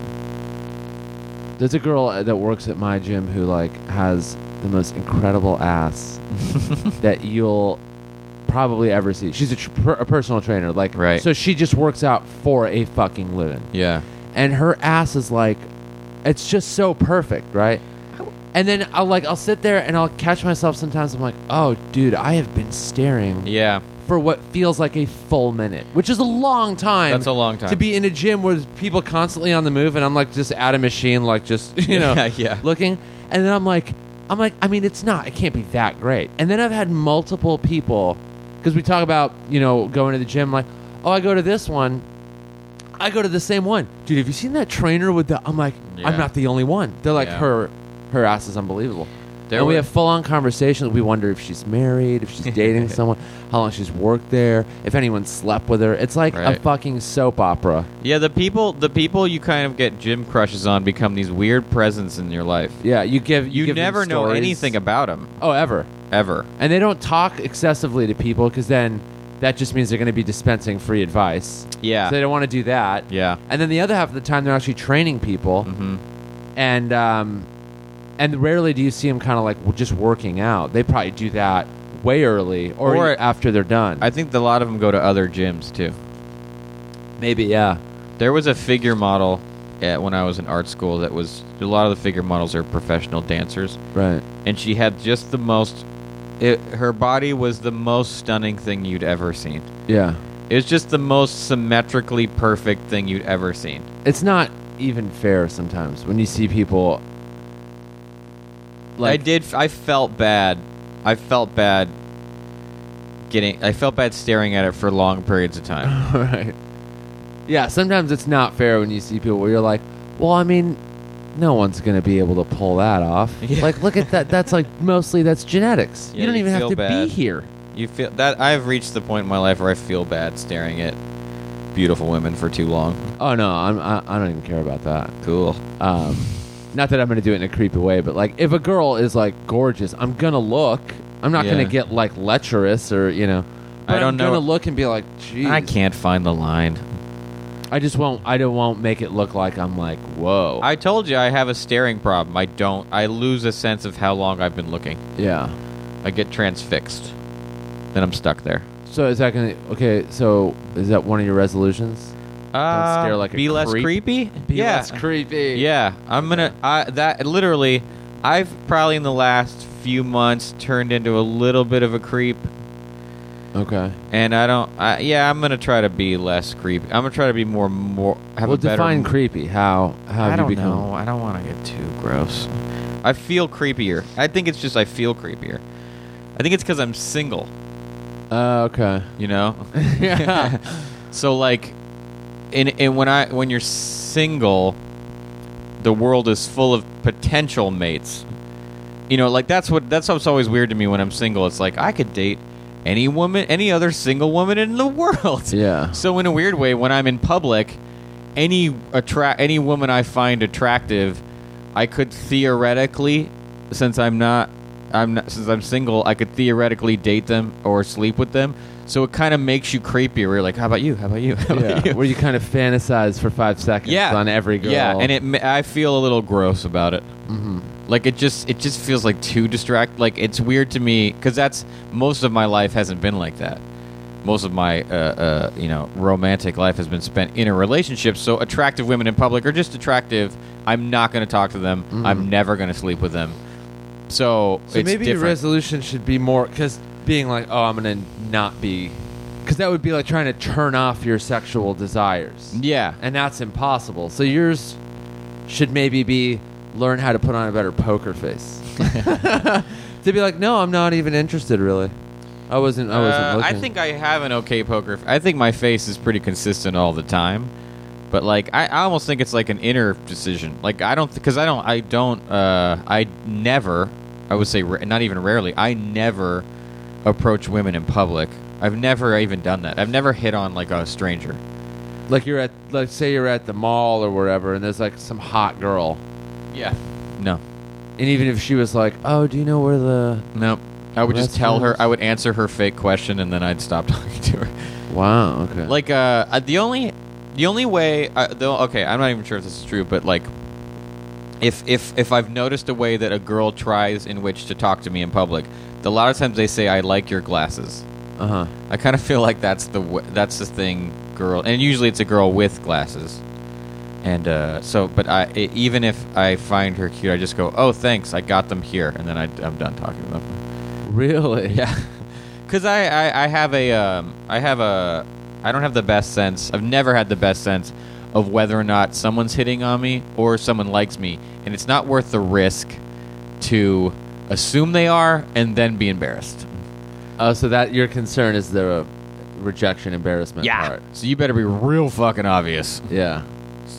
There's a girl uh, that works at my gym who like has the most incredible ass that you'll probably ever see. She's a, tr- per- a personal trainer, like Right. So she just works out for a fucking living, Yeah. and her ass is like, it's just so perfect, right? And then I'll like I'll sit there and I'll catch myself sometimes. I'm like, oh, dude, I have been staring Yeah. for what feels like a full minute, which is a long time. That's a long time. to be in a gym where there's people constantly on the move, and I'm like just at a machine, like just (laughs) you know, Yeah, yeah. looking. And then I'm like, I'm like, I mean, it's not, it can't be that great. And then I've had multiple people, because we talk about you know going to the gym, like, oh, I go to this one. I go to the same one, dude. Have you seen that trainer with the? I'm like, Yeah. I'm not the only one. They're like, Yeah. her, her ass is unbelievable. There and we were- have full on conversations. We wonder if she's married, if she's (laughs) dating someone, how long she's worked there, if anyone slept with her. It's like Right. a fucking soap opera. Yeah, the people the people you kind of get gym crushes on become these weird presents in your life. Yeah, you give you, You, give them never know stories. anything about them oh, ever. ever. And they don't talk excessively to people because then that just means they're going to be dispensing free advice. Yeah. So they don't want to do that. yeah. And then the other half of the time, they're actually training people, Mhm. and um, and rarely do you see them kind of like w- just working out. They probably do that way early or, Or- after they're done. I think that a lot of them go to other gyms too. Maybe yeah. There was a figure model at, when I was in art school that was a lot of the figure models are professional dancers, Right. and she had just the most. It, her body was the most stunning thing you'd ever seen. Yeah. It was just the most symmetrically perfect thing you'd ever seen. It's not even fair sometimes when you see people. I did. I felt bad. I felt bad getting. I felt bad staring at it for long periods of (sighs) time. (laughs) right. Yeah, sometimes it's not fair when you see people where you're like, well, I mean, no one's going to be able to pull that off. (laughs) Yeah. Like, look at that. That's like mostly that's genetics. Yeah, you don't you even have feel to bad. be here. You feel that I've reached the point in my life where I feel bad staring at beautiful women for too long. Oh no, I'm, I, I don't even care about that. Cool. Um, not that I'm going to do it in a creepy way, but like, if a girl is like gorgeous, I'm going to look. I'm not going Yeah. to get like lecherous or you know. I But don't am know- Gonna look and be like, geez. I can't find the line. I just won't. I don't won't make it look like I'm like, whoa. I told you I have a staring problem. I don't. I lose a sense of how long I've been looking. yeah. I get transfixed. Then I'm stuck there. So is that gonna okay? So is that one of your resolutions? Uh, stare like a be less creep. creepy. yeah. creepy. Yeah, I'm gonna. I that literally, I've probably in the last few months turned into a little bit of a creep, Okay. and I don't. I, yeah, I'm gonna try to be less creepy. I'm gonna try to be more more have well, a better. define creepy. How how I have don't you become? know. I don't want to get too gross. I feel creepier. I think it's just I feel creepier. I think it's because I'm single. Uh, okay. You know. (laughs) yeah. So like, and and when I when you're single, the world is full of potential mates. You know, like that's what that's what's always weird to me when I'm single. It's like I could date any woman, any other single woman in the (laughs) world. Yeah. (laughs) So in a weird way, when I'm in public, any attract any woman I find attractive, I could theoretically, since I'm not, I'm not, since I'm single, I could theoretically date them or sleep with them. So it kind of makes you creepier. We're like, how about you? How about you? How about yeah. you? Where you kind of fantasize for five seconds Yeah. on every girl. Mm-hmm. Yeah, and it ma- I feel a little gross about it. Like it just it just feels like too distract. Like it's weird to me because that's most of my life hasn't been like that. Most of my uh, uh, you know romantic life has been spent in a relationship. So attractive women in public are just attractive. I'm not going to talk to them. I'm Mm-hmm. never going to sleep with them. So, So it's maybe your different. resolution should be more because being like, oh, I'm gonna not be, because that would be like trying to turn off your sexual desires. yeah. and that's impossible. So yours should maybe be learn how to put on a better poker (laughs) face. to be like, no, I'm not even interested, really. I wasn't. I wasn't Uh, looking. I think I have an okay poker. f- I think my face is pretty consistent all the time, but like I, I almost think it's like an inner decision. Like I don't because I don't I don't uh, I never I would say ra- not even rarely I never approach women in public I've never even done that. I've never hit on like a stranger. Like you're at, like say you're at the mall or wherever, and there's like some hot girl, Yeah. No. and even if she was like, "Oh, do you know where the No. I would just That's tell her. gross. I would answer her fake question, and then I'd stop (laughs) talking to her. wow, okay, Like, uh, uh, the only, the only way. Uh, though, okay, I'm not even sure if this is true, but like, if if if I've noticed a way that a girl tries in which to talk to me in public, a lot of times they say, "I like your glasses." uh huh, I kind of (laughs) feel like that's the w- that's the thing, girl, and usually it's a girl with glasses. And uh, so, but I e- even if I find her cute, I just go, "Oh, thanks, I got them here," and then I, I'm done talking to them. really, Yeah, (laughs) because I, I I have a um I have a I don't have the best sense. I've never had the best sense of whether or not someone's hitting on me or someone likes me, and it's not worth the risk to assume they are and then be embarrassed. Oh, so that your concern is the rejection embarrassment part. So you better be real fucking obvious. (laughs) Yeah.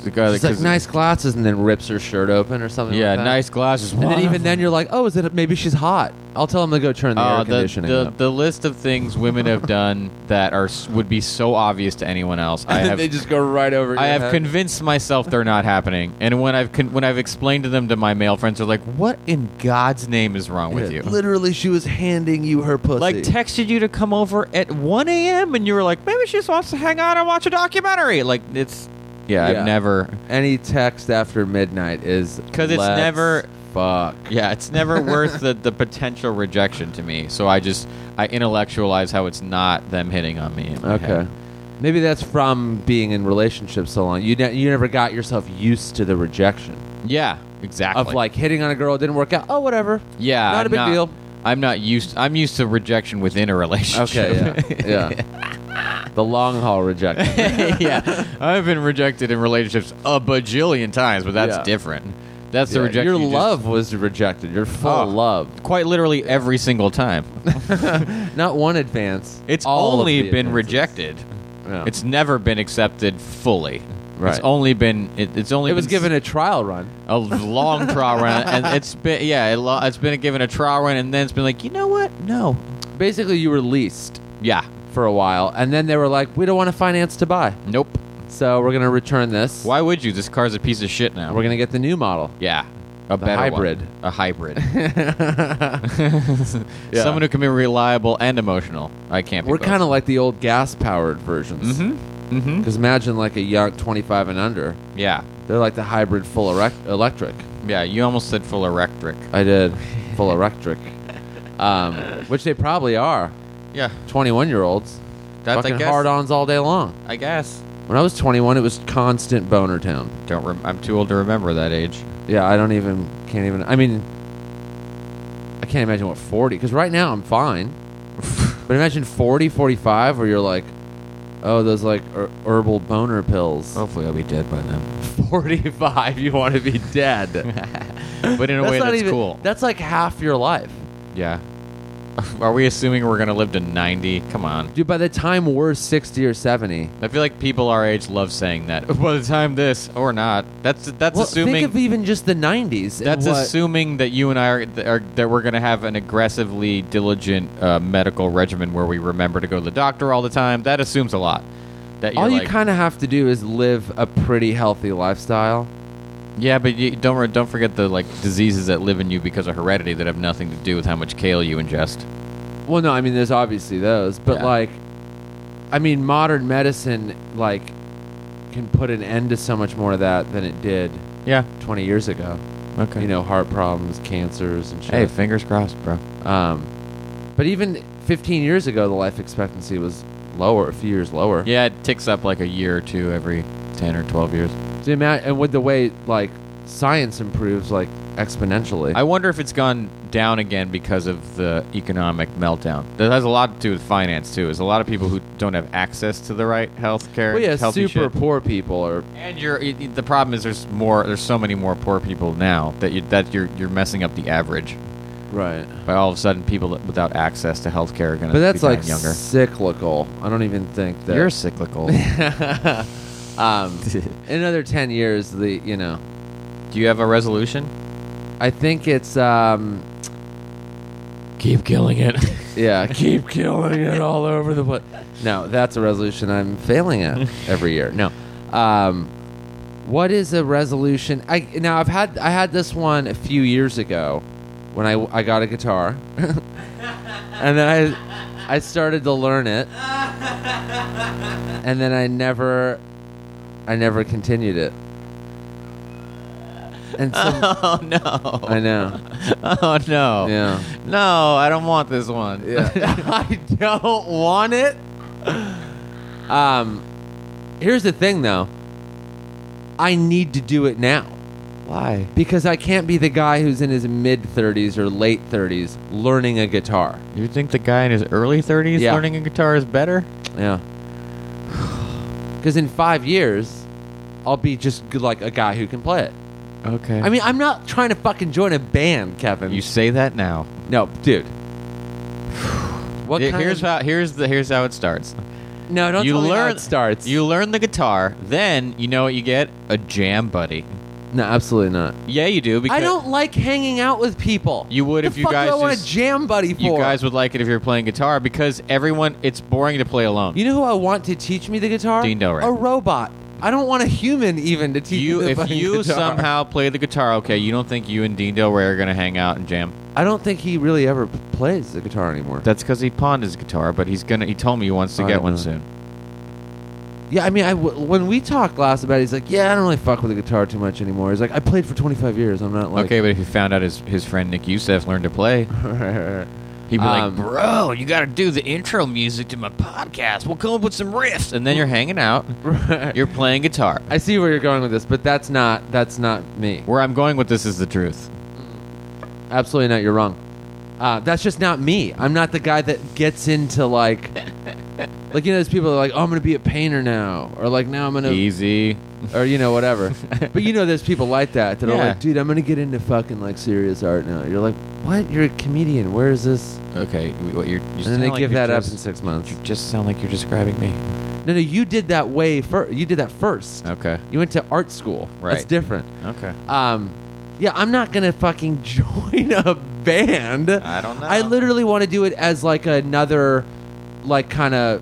Because- It's like 'cause- nice glasses, and then rips her shirt open or something. Yeah, like that. nice glasses. And then even then, you're like, oh, is it? Maybe she's hot. I'll tell them to go turn the Uh, air the, conditioning the, up. the list of things women have done that are s- would be so obvious to (laughs) anyone else. (laughs) I And have they just go right over. I your have head. convinced myself they're not happening. And when I've con- when I've explained to them to my male friends, they're like, "What in God's name is wrong with Yeah, you?" Literally, she was handing you her pussy. Like texted you to come over at 1 a.m. and you were like, "Maybe she just wants to hang out and watch a documentary." Like it's yeah, Yeah. I've never any text after midnight is 'Cause it's "Let's never- fuck. Yeah, it's never worth the, the potential rejection to me. So I just I intellectualize how it's not them hitting on me. in my Okay. head. Maybe that's from being in relationships so long. You ne- you never got yourself used to the rejection Yeah, exactly. of like hitting on a girl didn't work out. Oh, whatever. yeah, not a I'm big deal. I'm not used. I'm used to rejection within a relationship. (laughs) Okay. (laughs) Yeah. yeah. The long haul rejection. (laughs) Yeah, yeah. I've been rejected in relationships a bajillion times, but that's Yeah. different. That's the Yeah, rejection. Your you just- love was rejected. Your full Oh. love. quite literally every single time. Not one advance. (laughs) It's all of only the been advances. rejected. Yeah. It's never been accepted fully. Right. It's only been. It, it's only. it was been given a trial run. a long trial run, and it's been yeah, it lo- it's been given a trial run, and then it's been like, you know what? No, Basically, you were leased yeah, for a while, and then they were like, "We don't want to finance to buy, nope. so we're gonna return this. Why would you? This car's a piece of shit now. We're gonna get the new model." yeah, a better one. hybrid. a (laughs) hybrid, someone who can be reliable and emotional. I can't. Be We're kind of like the old gas-powered versions. hmm Mm-hmm. hmm Because imagine like a young 25 and under, Yeah, they're like the hybrid full erec- electric. yeah. You almost said full electric. I did full electric, um, which they probably are. Yeah, 21-year-olds, that's I fucking guess. hard-ons all day long. I guess. When I was 21, it was constant boner town. Don't. Rem- I'm too old to remember that age. Yeah, I don't even, can't even, I mean, I can't imagine what 40, because right now I'm fine. but imagine 40, 45, where you're like, oh, those like er- herbal boner pills. Hopefully, I'll be dead by then. (laughs) 45, you want to be (laughs) dead. But in a way, that's even, cool. That's like half your life. Yeah. (laughs) Are we assuming we're gonna live to ninety? Come on. Dude, by the time we're 60 or 70, I feel like people our age love saying that. (laughs) By the time this or not, that's that's well, assuming think of even just the 90s. and that's what- assuming that you and I are, are that we're gonna have an aggressively diligent uh, medical regimen where we remember to go to the doctor all the time. That assumes a lot. That you're All you like, kind of have to do is live a pretty healthy lifestyle. yeah, but you don't re- don't forget the like diseases that live in you because of heredity that have nothing to do with how much kale you ingest. Well, no, I mean, there's obviously those, but Yeah. like, I mean, modern medicine like can put an end to so much more of that than it did Yeah. 20 years ago. Okay. You know, heart problems, cancers, and hey, shit. fingers crossed, bro. Um, but even 15 years ago, the life expectancy was lower, a few years lower. Yeah, it ticks up like a year or two every ten or twelve years. So ima- and with the way like science improves like exponentially, I wonder if it's gone down again because of the economic meltdown. That has a lot to do with finance too. Is a lot of people who don't have access to the right health care, well, yeah, healthy super shit. poor people are And you're, it- it- the problem is there's more. There's so many more poor people now that you that you're you're messing up the average. right. But all of a sudden, people that- without access to health care are going to. But that's be dying like younger. cyclical. I don't even think that You're (laughs) cyclical. um, (laughs) in another 10 years the you know do you have a resolution? i think it's um, keep killing it. (laughs) Yeah, keep killing it all over the place. No, that's a resolution I'm failing (laughs) at every year. No, um, what is a resolution? I now I've had I had this one a few years ago when I I got a guitar, (laughs) and then I I started to learn it, and then I never I never continued it. And (laughs) so, (laughs) oh no. (laughs) I know, Oh (laughs) no. yeah. No, I don't want this one. I don't want it. Um, here's the thing, though. I need to do it now (laughs) Why? because I can't be the guy who's in his mid 30s or late 30s learning a guitar. You think the guy in his early 30s Yeah. learning a guitar is better? Yeah. (sighs) Because in five years, I'll be just g- like a guy who can play it. Okay. I mean, I'm not trying to fucking join a band, Kevin. you say that now. no, dude. (sighs) What Yeah, kind here's of- how here's the here's how it starts. no, don't you tell me how learn it starts. You learn the guitar, then you know what you get? A jam buddy. no, absolutely not. Yeah, you do because I don't like hanging out with people. You would the if you fuck guys Do I want a just- jam buddy for? you guys would like it if you're playing guitar because everyone it's boring to play alone. You know who I want to teach me the guitar? Dean Delray. A robot. I don't want a human even to teach You- me the if fucking you guitar. somehow play the guitar okay, you don't think you and Dean Del Rey are gonna hang out and jam? I don't think he really ever p- plays the guitar anymore. That's because he pawned his guitar, but he's gonna. He told me he wants to I get one know. soon. yeah, I mean, I w- when we talked last about, it, he's like, "Yeah, I don't really fuck with the guitar too much anymore." He's like, "I played for 25 years. I'm not like." (laughs) okay, but if he found out his his friend Nick Youssef learned to play, he'd be Um, like, "Bro, you got to do the intro music to my podcast. We'll come up with some riffs." And then you're hanging out, you're playing guitar. I see where you're going with this, but that's not that's not me. Where I'm going with this is the truth. Absolutely not. You're wrong. Uh, that's just not me. I'm not the guy that gets into like, (laughs) like you know, those people that are like, oh, I'm gonna be a painter now, or like now I'm gonna, Easy. or you know, (laughs) whatever. but you know, there's people like that that are Yeah. like, dude, I'm gonna get into fucking like serious art now. You're like, what? You're a comedian. Where is this? Okay, what you're. You and then sound they like give you're that up in just, six months. You just sound like you're describing me. No, no, you did that way first. You did that first. Okay. You went to art school. That's Right. different. Okay. Um, yeah, I'm not gonna fucking (laughs) join a band. I don't know. I literally want to do it as like another, like kind of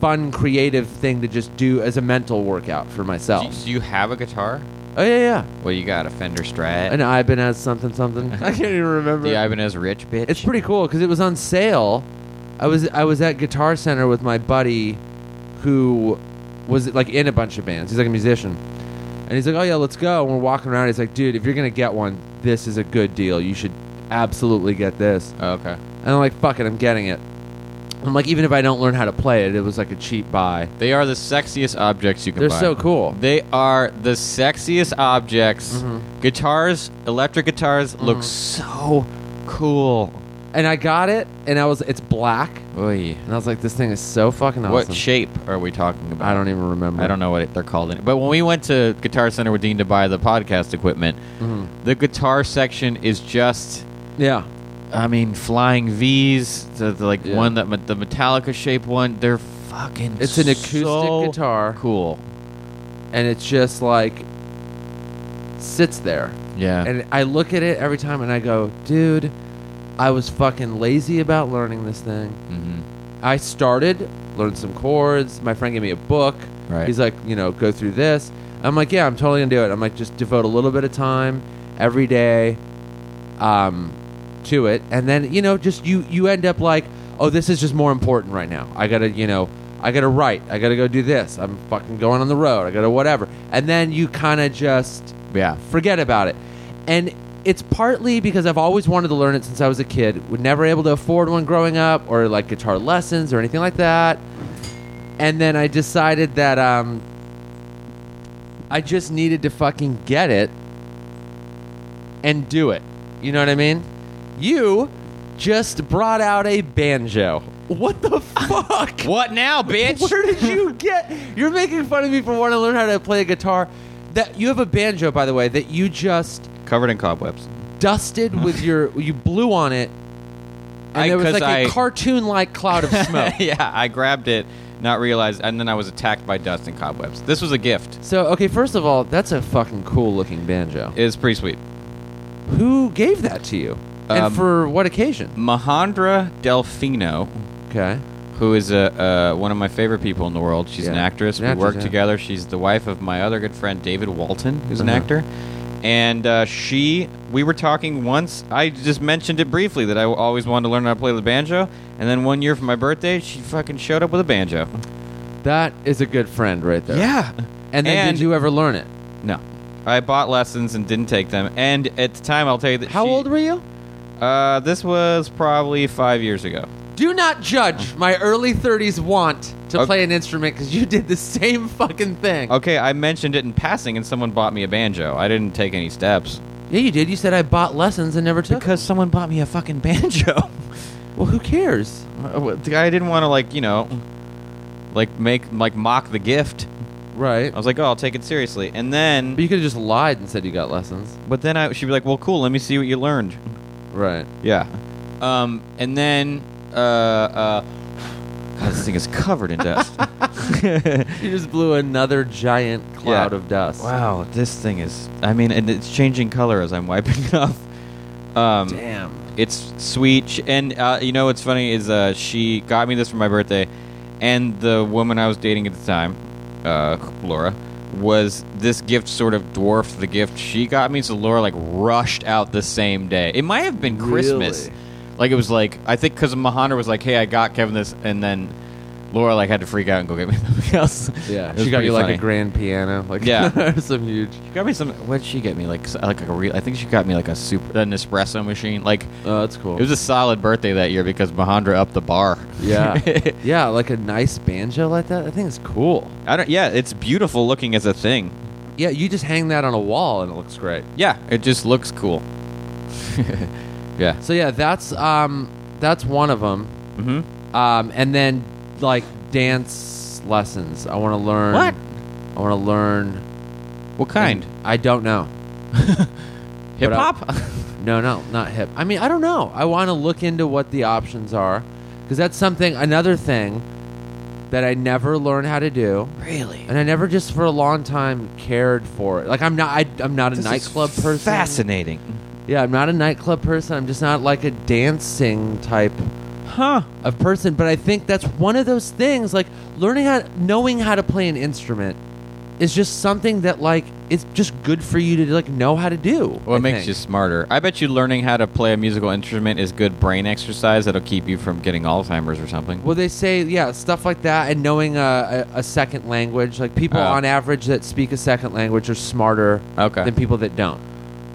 fun, creative thing to just do as a mental workout for Do you, myself. do you have a guitar? Oh yeah, yeah. Well, you got a Fender Strat. And Ivan has something, something. I can't even remember. The Ibanez Rich bitch. It's pretty cool because it was on sale. I was I was at Guitar Center with my buddy, who was like in a bunch of bands. He's like a musician, and he's like, "Oh yeah, let's go." And we're walking around. He's like, "Dude, if you're gonna get one, this is a good deal. You should absolutely get this." Oh, okay. And I'm like, "Fuck it, I'm getting it." I'm like, even if I don't learn how to play it, it was like a cheap buy. They are the sexiest objects you can They're buy. so cool. They are the sexiest objects. Mm-hmm. Guitars, electric guitars look so cool. And I got it, and I was it's black, Oy. and I was like, "This thing is so fucking awesome." What shape are we talking about? I don't even remember. I don't know what it, they're called. any- But when we went to Guitar Center with Dean to buy the podcast equipment, Mm-hmm. the guitar section is just Yeah. I mean, flying V's, the, the like Yeah. one that the Metallica shape one, they're fucking It's an acoustic so guitar. Cool. and it's just like sits there. Yeah. And I look at it every time and I go, dude, I was fucking lazy about learning this thing. Mhm. I started, learned some chords. My friend gave me a book. Right. He's like, you know, go through this. I'm like, yeah, I'm totally gonna do it. I'm like, just devote a little bit of time every day um, to it, and then you know, just you you end up like, oh, this is just more important right now. I gotta, you know, I gotta write. I gotta go do this. I'm fucking going on the road. I gotta whatever, and then you kind of just yeah. forget about it. And it's partly because I've always wanted to learn it since I was a kid. Was never able to afford one growing up, or like guitar lessons or anything like that. And then I decided that um, I just needed to fucking get it and do it. You know what I mean? You just brought out a banjo. What the (laughs) fuck? What now, (laughs) bitch? Where did you get? You're making fun of me for wanting to learn how to play a guitar. That you have a banjo, by the way, that you just (laughs) Covered in cobwebs. dusted (laughs) with your. You blew on it, and I- there was 'cause like a I- cartoon-like cloud (laughs) of smoke. yeah, I grabbed it, not realized, and then I was attacked by dust and cobwebs. This was a gift. so okay, first of all, that's a fucking cool-looking banjo. It's pretty sweet. Who gave that to you? Um, and for what occasion? Mahandra Delfino, Okay. who is a, uh, one of my favorite people in the world. She's an Yeah. actress. An we actress, work yeah. together. She's the wife of my other good friend David Walton, who's an Uh-huh. actor. And uh, she, we were talking once. I just mentioned it briefly that I always wanted to learn how to play the banjo. And then one year for my birthday, she fucking showed up with a banjo. That is a good friend right there. (laughs) Yeah. And then And- did you ever learn it? No. I bought lessons and didn't take them. And at the time, I'll tell you that How she- old were you? Uh, this was probably five years ago. Do not judge my early 30s want to Okay. play an instrument because you did the same fucking thing. Okay, I mentioned it in passing, and someone bought me a banjo. I didn't take any steps Yeah, you did. You said I bought lessons and never took because someone bought me a fucking (laughs) banjo. them. Well, who cares? the guy Uh, didn't want to like you know, like make like mock the gift. Right. I was like, oh, I'll take it seriously. And But then, you could have just lied and said you got lessons. but then I she'd be like, well, cool. Let me see what you learned. Right. Yeah. Um, and then, uh, uh, (sighs) God, this thing is covered in dust. You just blew another giant cloud Yeah. of dust. Wow, this thing is. I mean, and it's changing color as I'm wiping it (laughs) off. Um, Damn. It's sweet, Sh- and uh, you know what's funny is uh, she got me this for my birthday, and the woman I was dating at the time, uh, Laura, was this gift sort of dwarfed the gift she got me. So Laura like rushed out the same day. It might have been Christmas, like it was like I think because Mahana was like, "Hey, I got Kevin this," and then Laura like had to freak out and go get me (laughs) something else. It Yeah. was She got pretty you like funny. a grand piano. Like (laughs) Yeah. some huge. She got me some. What did she get me? Like s- like a real. I think she got me like a super an espresso machine. Like it Oh, that's cool. was a solid birthday that year because Mahandra upped the bar. yeah. (laughs) yeah, like a nice banjo like that. I think it's cool. (laughs) I don't. Yeah, it's beautiful looking as a thing. Yeah, you just hang that on a wall and it looks great. Yeah, it just looks cool. (laughs) yeah. So yeah, that's um that's one of them. Mm-hmm. Um and then like dance lessons. I want to learn What? I want to learn What kind? I don't know. Hip hop. What (laughs) No, no, not hip. I mean, I don't know. I want to look into what the options are because that's something another thing that I never learned how to do. really? And I never just for a long time cared for it. Like I'm not I, I'm not a nightclub person. Fascinating. Yeah, I'm not a nightclub person. I'm just not like a dancing type Huh. of person. But I think that's one of those things. Like learning how, knowing how to play an instrument is just something that like it's just good for you to like know how to do. Well, I it makes think. you smarter. I bet you learning how to play a musical instrument is good brain exercise that'll keep you from getting Alzheimer's or something. Well, they say yeah, stuff like that, and knowing a, a, a second language. Like people Oh. on average that speak a second language are smarter Okay. than people that don't.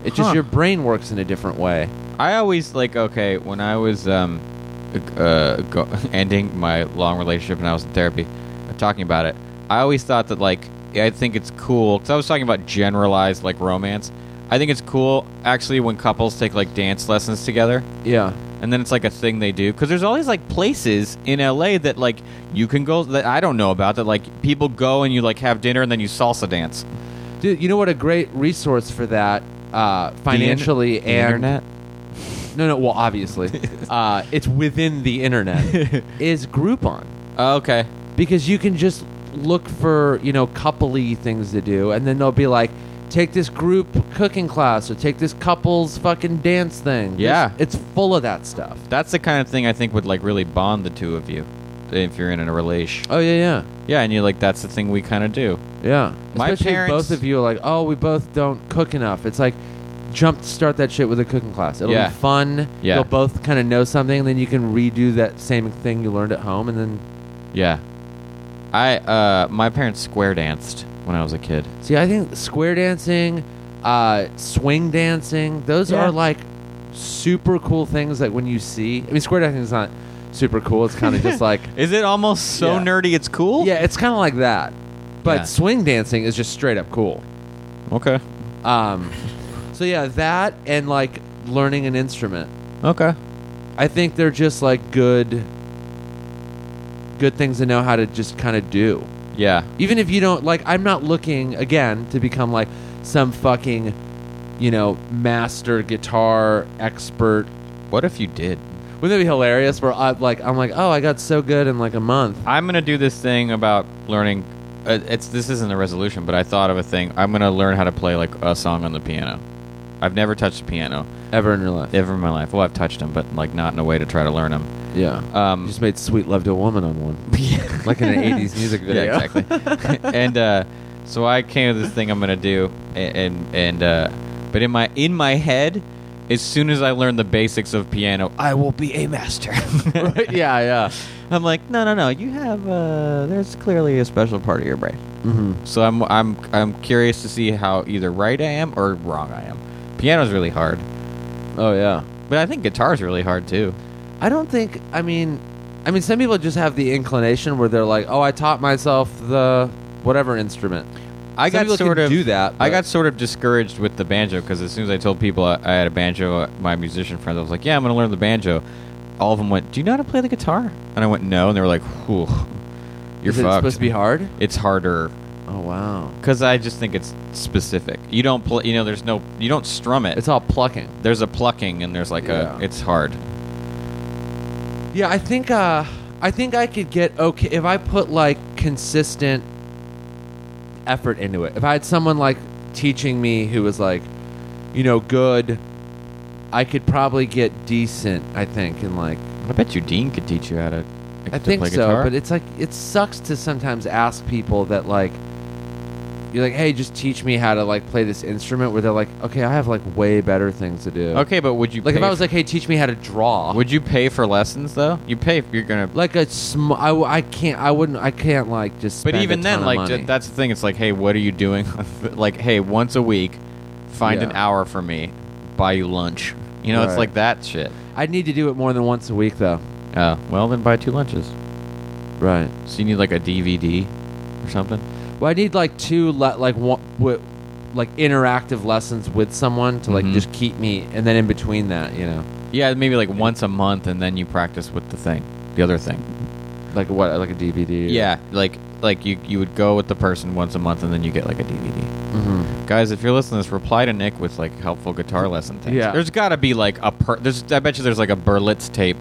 It's just Huh. your brain works in a different way. I always like okay when I was um, uh, go- (laughs) ending my long relationship and I was in therapy, uh, talking about it. I always thought that like I think it's cool because I was talking about generalized like romance. I think it's cool actually when couples take like dance lessons together, Yeah. and then it's like a thing they do because there's all these like places in LA that like you can go that I don't know about that like people go and you like have dinner and then you salsa dance Dude, you know what a great resource for that uh, financially The and internet. no, no. Well, (laughs) obviously, uh, it's within the internet is Groupon Oh, okay, because you can just look for you know coupley things to do, and then they'll be like, take this group cooking class or take this couples fucking dance thing. Yeah. it's full of that stuff. That's the kind of thing I think would like really bond the two of you if you're in a relation. Oh yeah, Yeah, and you're like that's the thing we kind of do. yeah, yeah. My Especially if parents- both of you are like, oh, we both don't cook enough. It's like. Jump start that shit with a cooking class. It'll Yeah. be fun. Yeah. You'll both kind of know something, and then you can redo that same thing you learned at home, and then Yeah. I uh my parents square danced when I was a kid. See, I think square dancing, uh, swing dancing, those Yeah. are like super cool things. Like when you see, I mean, square dancing is not super cool. It's kind of just like, Is it almost so Yeah. nerdy it's (laughs) cool? yeah, it's kind of like that. But Yeah. swing dancing is just straight up cool. Okay. Um, so yeah, that and like learning an instrument. Okay. I think they're just like good, good things to know how to just kind of do. Yeah. Even if you don't like, I'm not looking again to become like some fucking, you know, master guitar expert. What if you did? Wouldn't that be hilarious? Where I like, I'm like, oh, I got so good in like a month. I'm going to do this thing about learning uh, it's this isn't a resolution, but I thought of a thing. I'm going to learn how to play like a song on the piano. I've never touched the piano. ever in your life. ever in my life. Well, I've touched them, but like not in a way to try to learn them. Yeah. Um, You just made "Sweet Love to a Woman" on (laughs) one, like in an '80s music video. (laughs) Yeah, exactly. and uh, so I came to this thing I'm gonna do, and and, and uh, but in my in my head, as soon as I learn the basics of piano, I will be a master. (laughs) Right? Yeah, yeah. I'm like, no, no, no. You have uh, there's clearly a special part of your brain. hmm So I'm I'm I'm curious to see how either right I am or wrong I am. Piano's really hard, Oh yeah. but I think guitar's really hard too. I don't think. I mean, I mean, some people just have the inclination where they're like, "Oh, I taught myself the whatever instrument." I Some got people sort can of do that, I but- got sort of discouraged with the banjo because as soon as I told people I, I had a banjo, uh, my musician friends, I was like, "Yeah, I'm going to learn the banjo." All of them went, "Do you know how to play the guitar?" And I went, "No," and they were like, "Whew, you're Is it fucked." supposed to be hard? it's harder Oh wow. because I just think it's specific. You don't play, you know. There's no, you don't strum it. It's all plucking. there's a plucking and there's like Yeah. a. It's hard. Yeah, I think uh I think I could get okay if I put like consistent effort into it. If I had someone like teaching me who was like, you know, good, I could probably get decent, I think, in like I bet you Dean could teach you how to. I to think play so, guitar. but it's like it sucks to sometimes ask people that like you're like, "Hey, just teach me how to like play this instrument." Where they're like, "Okay, I have like way better things to do." okay. But would you Like pay if I was like, "Hey, teach me how to draw." would you pay for lessons though? You pay. if You're gonna like a sm- I, w- I can't I wouldn't I can't like just But spend a even then, ton of like money. ju- that's the thing. It's like, hey, what are you doing? (laughs) like, hey, once a week, find an Yeah. hour for me, buy you lunch. You know, it's Right. like that shit. I'd need to do it more than once a week though Uh, well, then buy two lunches. right So you need like a DVD or something. well I need like two le- like one w- like interactive lessons with someone to like Mhm. just keep me and then in between that you know Yeah, maybe like once a month, and then you practice with the thing, the other thing. like what like a DVD or- Yeah, like like you you would go with the person once a month, and then you get like a DVD. Mhm. Guys, if you're listening to this, reply to Nick with like helpful guitar lesson things. Yeah. there's got to be like a per. There's I bet you there's like a Berlitz tape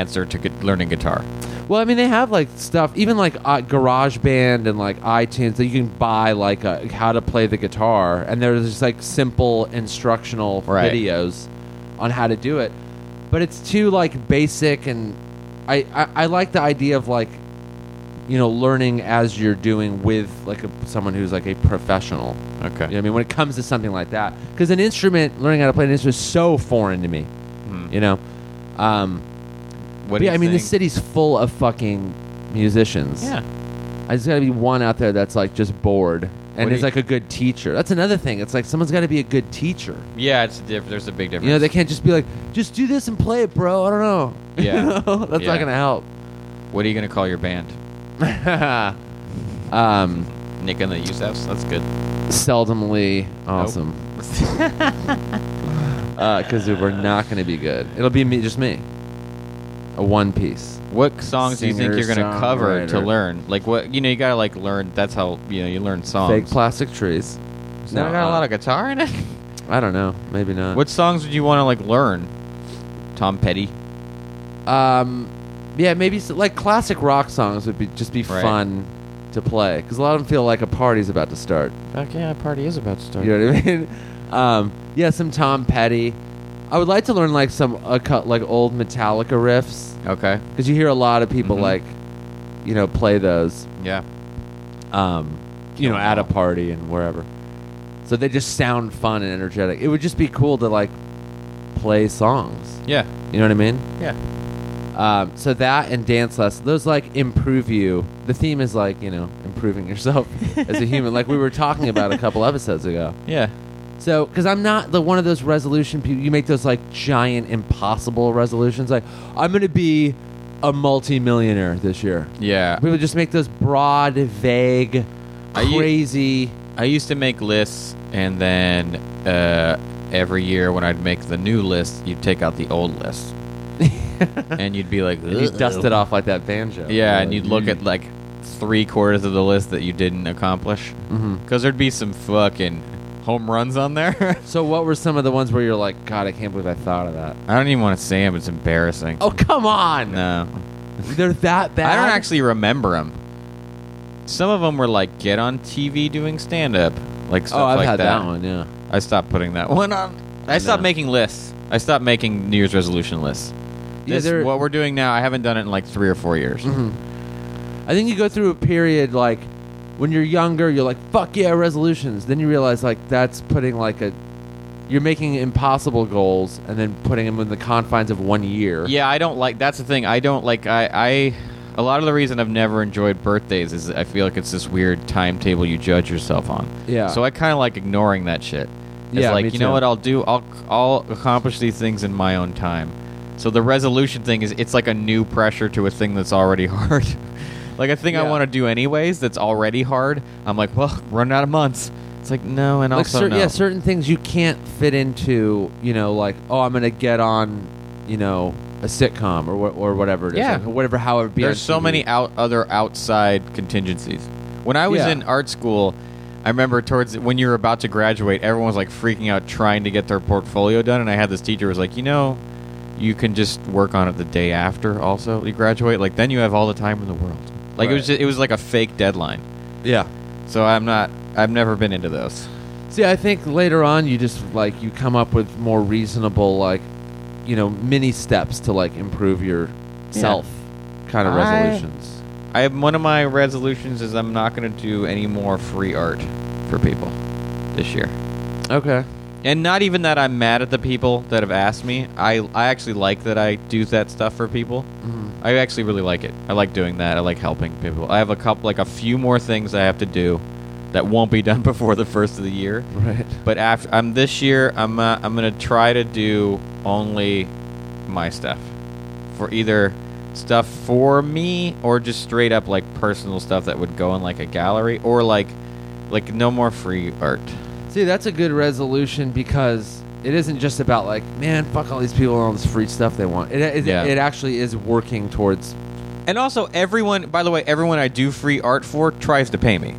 answer to gu- learning guitar. well I mean they have like stuff even like uh, Garage Band and like iTunes that you can buy like a, how to play the guitar and there's just like simple instructional Right. videos on how to do it but it's too like basic and I, I I like the idea of like you know learning as you're doing with like a, someone who's like a professional Okay. you know what I mean when it comes to something like that because an instrument learning how to play an instrument is so foreign to me you know um What but do yeah you I mean the think? city's full of fucking musicians Yeah. I just gotta be one out there that's like just bored and do is you- like a good teacher that's another thing it's like someone's gotta be a good teacher Yeah, it's diff- there's a big difference. you know, they can't just be like, just do this and play it, bro. I don't know. (laughs) Yeah. You know? That's Yeah. not gonna help. what are you gonna call your band? (laughs) um, Nick and the Yusefs? That's good. seldomly awesome. (laughs) (laughs) Because we're not gonna be good. It'll be me, just me. A one piece. What songs do you think Singer, you're gonna cover to songwriter. learn? Like what you know, you gotta like learn. That's how you know you learn songs. Fake plastic trees. Is that got a lot of guitar in it. (laughs) of. I don't know. Maybe not. what songs would you want to like learn? Tom Petty. Um, yeah, maybe s like classic rock songs would be just be Right. fun to play because a lot of them feel like a party's about to start. Fuck yeah, party is about to start. You know what I mean? (laughs) Um, yeah, some Tom Petty. I would like to learn like some a cut like old Metallica riffs Okay. because you hear a lot of people Mhm. like, you know, play those, Yeah. um, you know, at a party and wherever. So they just sound fun and energetic. It would just be cool to like play songs. Yeah. You know what I mean? Yeah. Um, so that and dance lessons, those like improve you. The theme is like you know improving yourself as a human, like we were talking about a couple episodes ago. Yeah. So, because I'm not the one of those resolution people, you make those like giant impossible resolutions. Like, I'm going to be a multimillionaire this year. Yeah. People just make those broad, vague, Are you- crazy. I used to make lists, and then uh, every year when I'd make the new list, you'd take out the old (laughs) list, and you'd be like, and you dust it off like that banjo. Yeah, and you'd look at like three quarters of the list that you didn't accomplish, Mhm. because there'd be some fucking home runs on there. (laughs) So, what were some of the ones where you're like, God, I can't believe I thought of that? I don't even want to say them; it's embarrassing. Oh, come on. no, They're that bad. I don't actually remember them. Some of them were like get on TV doing stand up, like stuff Oh, I've like had that. that. one, yeah. I stopped putting that one on. I stopped No. making lists. I stopped making New Year's resolution lists. Yeah, Mm-hmm. This, there- what we're doing now, I haven't done it in like three or four years. I think you go through a period like when you're younger, you're like, fuck yeah, resolutions. Then you realize like that's putting like a you're making impossible goals and then putting them in the confines of one year. Yeah, I don't like. That's the thing. I don't like. I, I, a lot of the reason I've never enjoyed birthdays is I feel like it's this weird timetable you judge yourself on. Yeah. So I kind of like ignoring that shit. It's Yeah, like me you know too. what I'll do. I'll I'll accomplish these things in my own time. So the resolution thing is it's like a new pressure to a thing that's already (laughs) hard. like a thing I Yeah. want to do anyways that's already hard. I'm like, well, running out of months. It's like no, and like also cer- no. yeah, certain things you can't fit into, you know, like oh, I'm gonna get on, you know, a sitcom or wha- or whatever it is, Yeah. like, whatever. However, be on There's so TV. many out other outside contingencies. When I was Yeah. in art school, I remember towards when you were about to graduate, everyone was like freaking out trying to get their portfolio done, and I had this teacher who was like, you know, you can just work on it the day after. Also, you graduate, like then you have all the time in the world. Like it was, Right. just, it was like a fake deadline. Yeah. So I'm not, I've never been into those. See, I think later on you just like you come up with more reasonable like you know mini steps to like improve your self kind of I- resolutions. I have one of my resolutions is I'm not going to do any more free art for people this year. Okay. And not even that I'm mad at the people that have asked me. I I actually like that I do that stuff for people. I actually really like it. I like doing that. I like helping people. I have a couple like a few more things I have to do that won't be (laughs) done before the first of the year. Right. But after I'm this year, I'm uh, I'm gonna try to do only my stuff for either stuff for me or just straight up like personal stuff that would go in like a gallery or like like no more free art. See, that's a good resolution because it isn't just about like, man, fuck all these people and all this free stuff they want. It it, Yeah. it actually is working towards. And also, everyone, by the way, everyone I do free art for tries to pay me.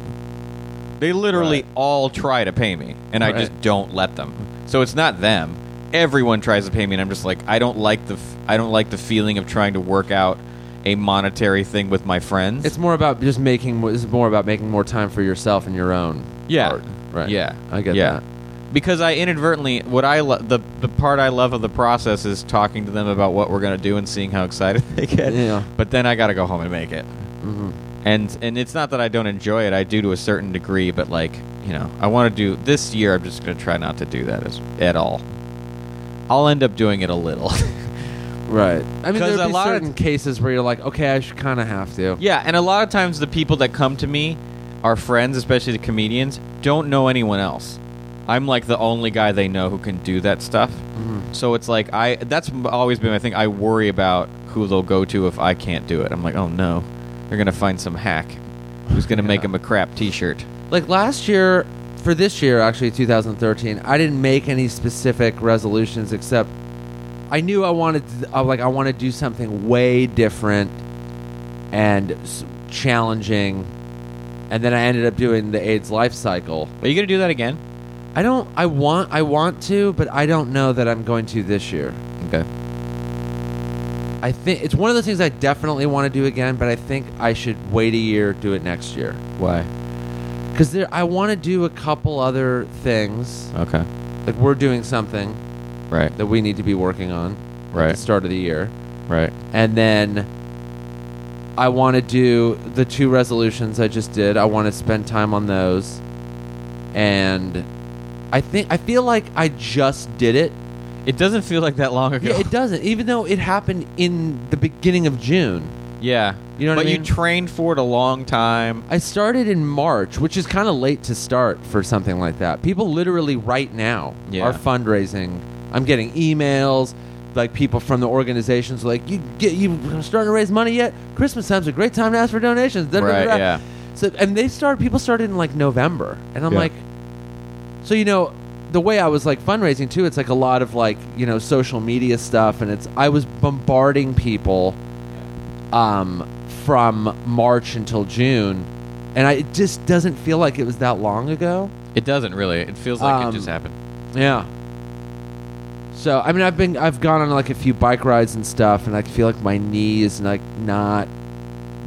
They literally Right. all try to pay me, and I just Right. don't let them. So it's not them. Everyone tries to pay me, and I'm just like, I don't like the, f- I don't like the feeling of trying to work out a monetary thing with my friends. It's more about just making. It's more about making more time for yourself and your own. yeah, art. Right. Yeah, I get yeah. that. Because I inadvertently, what I lo- the the part I love of the process is talking to them about what we're gonna do and seeing how excited (laughs) they get. Yeah. But then I gotta go home and make it. hmm and and it's not that I don't enjoy it. I do to a certain degree, but like you know, I want to do this year. I'm just going to try not to do that as, at all. I'll end up doing it a little. (laughs) Right. I mean, 'Cause there'd a be lot of- certain cases where you're like, okay, I should kind of have to. yeah, and a lot of times the people that come to me, our friends, especially the comedians, don't know anyone else. I'm like the only guy they know who can do that stuff. So it's like I that's m- always been my thing. I worry about who they'll go to if I can't do it. I'm like, oh no, they're gonna find some hack who's gonna 'em make Yeah. him a crap T-shirt. like last year for this year actually 2013 i didn't make any specific resolutions except i knew i wanted to, I, like i want to do something way different and s- challenging and then i ended up doing the aids life cycle Are you gonna do that again? i don't i want i want to but i don't know that i'm going to this year Okay. i think it's one of those things i definitely want to do again but i think i should wait a year do it next year Why? because there i want to do a couple other things Okay. like we're doing something Right. that we need to be working on at the Right. start of the year Right. and then i want to do the two resolutions i just did i want to spend time on those and i think i feel like i just did it It doesn't feel like that long yeah ago. it doesn't even though it happened in the beginning of june Yeah. You know what but I you mean? trained for it a long time. i started in march which is kind of late to start for something like that people literally right now Yeah. are fundraising i'm getting emails like people from the organizations like you get you starting to raise money yet christmas time's a great time to ask for donations da, da, da, Right, da. yeah. so and they started people started in like november and i'm Yeah. like so you know the way i was like fundraising too it's like a lot of like you know social media stuff and it's i was bombarding people um from march until june and I, it just doesn't feel like it was that long ago It doesn't really. It feels like Um, it just happened. yeah. So I mean, I've been I've gone on like a few bike rides and stuff, and I feel like my knee is like not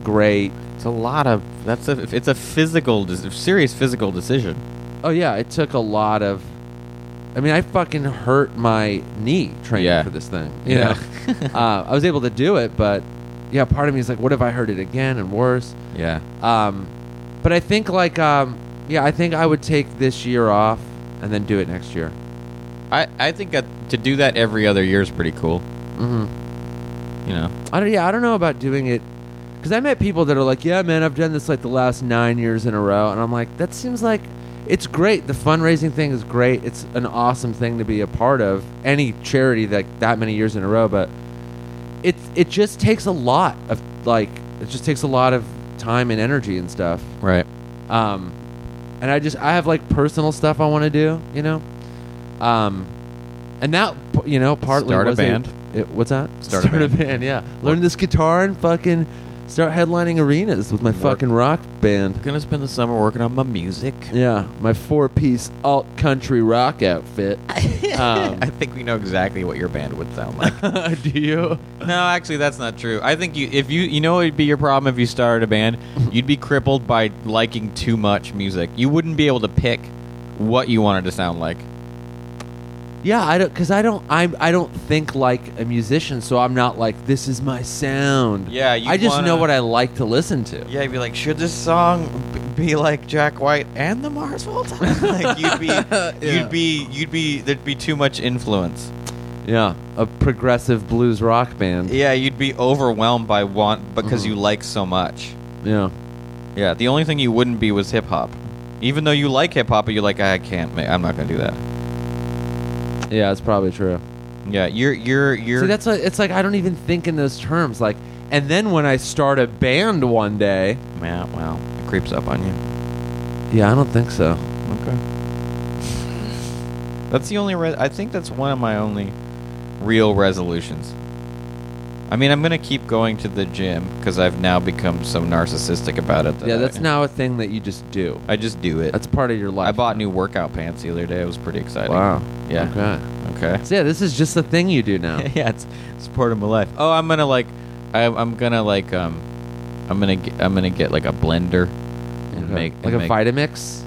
great. It's a lot of that's a it's a physical de- serious physical decision. Oh yeah, it took a lot of I mean, I fucking hurt my knee training Yeah. for this thing. You (laughs) know, (laughs) uh, I was able to do it, but yeah, part of me is like, what if I hurt it again and worse? Yeah. Um, but I think like, um, yeah, I think I would take this year off and then do it next year. I, I think that to do that every other year is pretty cool. hmm You know. I don't. Yeah, I don't know about doing it because I met people that are like, "Yeah, man, I've done this like the last nine years in a row," and I'm like, "That seems like it's great. The fundraising thing is great. It's an awesome thing to be a part of. Any charity that that many years in a row, but it it just takes a lot of like it just takes a lot of time and energy and stuff. Right. Um, and I just I have like personal stuff I want to do, you know. Um, and that you know partly Start a was it- band. it- what's that? Start a band. yeah. Learn this guitar and fucking start headlining arenas with my fucking rock band. Gonna spend the summer working on my music. Yeah, my four-piece alt country rock outfit. (laughs) Um, I think we know exactly what your band would sound (laughs) like. do you? no, actually, that's not true. I think you, if you, you know, it'd be your problem if you started a (laughs) band. You'd be crippled by liking too much music. You wouldn't be able to pick what you wanted to sound like. Yeah, I don't because I don't I I don't think like a musician, so I'm not like this is my sound. Yeah, you I just know wanna- what I like to listen to. Yeah, you'd be like, should this song b- be like Jack White and the Mars Volta? (laughs) like you'd (laughs) be, Yeah. you'd be, you'd be, there'd be too much influence. Yeah, a progressive blues rock band. Yeah, you'd be overwhelmed by want because Mm-hmm. you like so much. Yeah. Yeah, the only thing you wouldn't be was hip hop. Even though you like hip hop, but you're like, I can't. ma- I'm not gonna do that. Yeah, it's probably true. Yeah, you're, you're, you're. See, that's like, it's like I don't even think in those terms. Like, and then when I start a band one day, yeah, wow, it creeps up on you. yeah, I don't think so. Okay. (sighs) That's the only. Re- I think that's one of my only real resolutions. I mean, I'm gonna keep going to the gym because I've now become so narcissistic about it. That Yeah, that's I, now a thing that you just do. I just do it. That's part of your life. I bought new workout pants the other day. It was pretty exciting. Wow. Yeah. Okay. Okay. (laughs) So yeah, this is just a thing you do now. yeah, it's, it's part of my life. Oh, I'm gonna like, I, I'm gonna like, um, I'm gonna get, I'm gonna get like a blender and Okay. (laughs) make like and a make- Vitamix.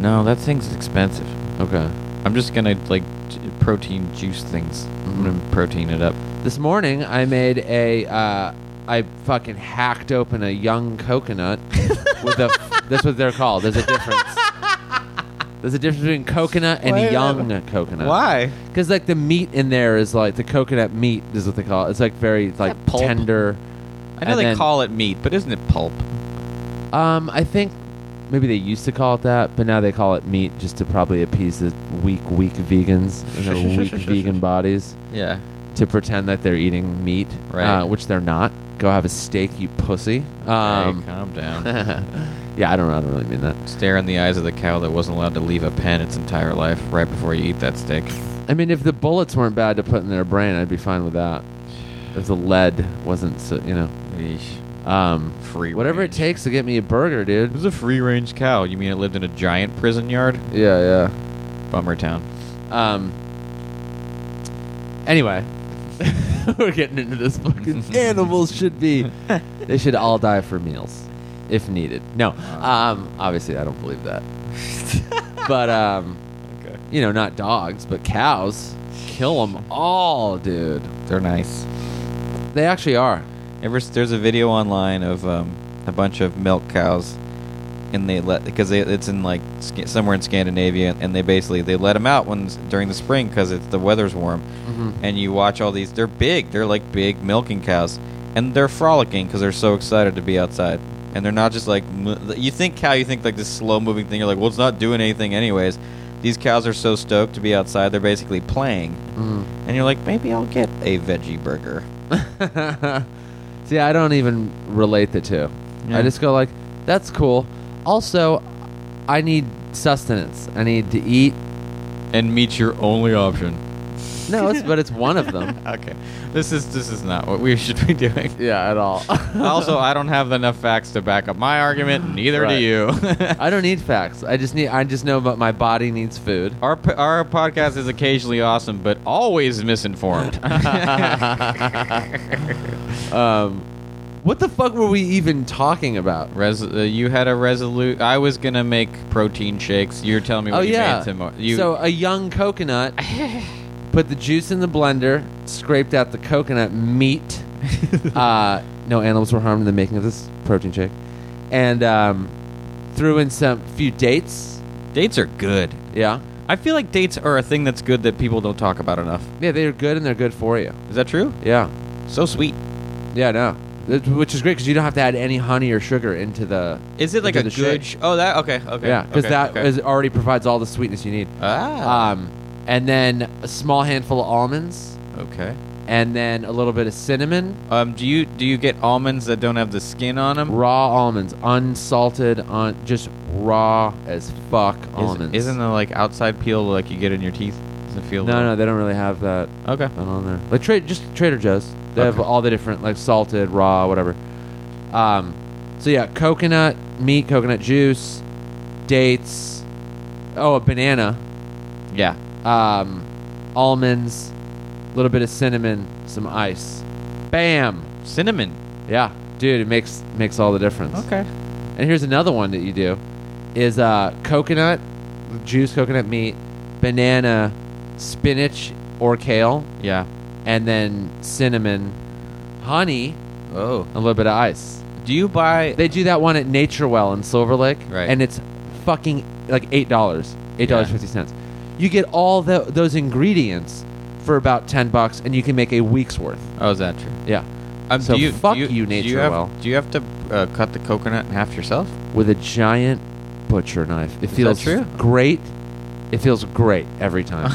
No, that thing's expensive. Okay. I'm just gonna like j- protein juice things. I'm gonna protein it up. This morning I made a. Uh, I fucking hacked open a young (laughs) coconut with a. That's what they're called. There's a difference. There's a difference between coconut and Why- young coconut. Why? Because like the meat in there is like the coconut meat is what they call it. It's like very like that pulp? tender. I know And they then- call it meat, but isn't it pulp? Um, I think maybe they used to call it that, but now they call it meat just to probably appease the weak, weak vegans and their (laughs) weak vegan bodies Yeah. to pretend that they're eating meat, Right. uh, which they're not. Go have a steak, you pussy. hey, Um, calm (laughs) down. (laughs) yeah, I don't. I don't really mean that. Stare in the eyes of the cow that wasn't allowed to leave a pen its entire life right before you eat that steak. I mean, if the bullets weren't bad to put in their brain, I'd be fine with that. If the lead wasn't, so, you know, Eesh. um, Free. whatever it range. takes to get me a burger, dude. It was a free range cow. You mean it lived in a giant prison yard? Yeah, Bummer town. yeah. Um. Anyway, (laughs) we're getting into this fucking (laughs) animals should be. (laughs) They should all die for meals, if needed. No, um, obviously I don't believe (laughs) that. but um, Okay. you know, not dogs, but cows. Kill them all, dude. They're nice. They actually (laughs) are. Ever s- there's a video online of um, a bunch of milk cows, and they let because it's in like Sca- somewhere in Scandinavia, and they basically they let them out when during the spring because it's the weather's warm, and you watch all these. They're big. They're like big milking cows, and they're frolicking because they're so excited to be outside. And they're not just like m- you think cow. You think like this slow moving thing. You're like, well, it's not doing anything anyways. These cows are so stoked to be outside. They're basically playing, and you're like, maybe I'll get a veggie burger. See, I don't even relate the two. Yeah. I just go like, that's cool. Also, I need sustenance. I need to eat. and meat's your only option. No, it's, but it's one of (laughs) them. Okay, this is this is not what we (laughs) should be doing. Yeah, at all. (laughs) also, I don't have enough facts to back up my argument. Neither Right. do you. (laughs) I don't need facts. I just need. I just know that my body needs food. our p- our podcast is occasionally awesome, but (laughs) always misinformed. um, What the fuck were we even talking about? Res- uh, you had a resolute. I was gonna make protein shakes. You're telling me what oh you yeah. made tomorrow. You, so a young (laughs) coconut. put the juice in the blender. Scraped out the coconut meat. (laughs) uh, no animals were harmed in the making of this protein shake, and um, threw in some few dates. dates are good. Yeah, I feel like dates are a thing that's good that people don't talk about enough. yeah, they're good and they're good for you. Is that true? Yeah, So sweet. yeah, no, It- which is great because you don't have to add any honey or sugar into the. Is it like Into a the good? shake. sh- oh, that okay. Okay. Yeah, because okay, that okay. is- already provides all the sweetness you need. ah Um, and then a small handful of almonds, okay. and then a little bit of cinnamon. Um, do you do you get almonds that don't have the skin on them? raw almonds, unsalted, un- just raw as fuck almonds. Is, not the like outside peel like you get in your teeth? Does it feel? no, no, they don't really have that, no. Okay. that on there. Like tra- just Trader Joe's, they have Okay. all the different like salted, raw, whatever. Um, so yeah, coconut meat, coconut juice, dates. Oh, a banana, Yeah. um, almonds, a little bit of cinnamon, some ice. Bam! Cinnamon. Yeah, dude, it makes makes all the difference. Okay. And here's another one that you do is uh, coconut juice, coconut meat, banana, spinach or kale, Yeah. and then cinnamon, honey, Oh. a little bit of ice. Do you buy? They do that one at Nature Well in Silver Lake, Right. and it's fucking like eight dollars, eight dollars fifty cents. You get all tho- those ingredients for about ten bucks, and you can make a week's worth. Oh, is that true? Yeah, Um, So do you, fuck do you, you, do Nature have, Well. Do you have to uh, cut the coconut in half yourself? with a giant butcher knife. It that feels true? great. It feels great every (laughs) time.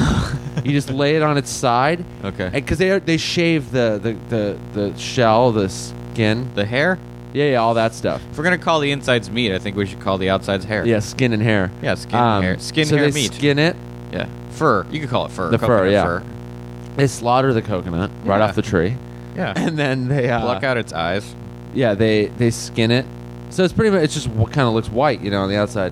you just lay it on its side Okay. because they are, they shave the, the, the, the shell, the skin, the hair? yeah, yeah, all that stuff. If we're gonna call the insides meat, I think we should call the outsides hair. Yeah, skin and hair. Yeah. Skin Um, hair. Skin so hair they meat. Skin it. yeah. Fur. You could call it fur. The fur, coconut yeah. They slaughter the coconut right Yeah. off the tree, (coughs) Yeah. and then they uh, Pluck out its (coughs) eyes. yeah they they skin it. So it's pretty much it's just what kind of looks white, you know, on the outside,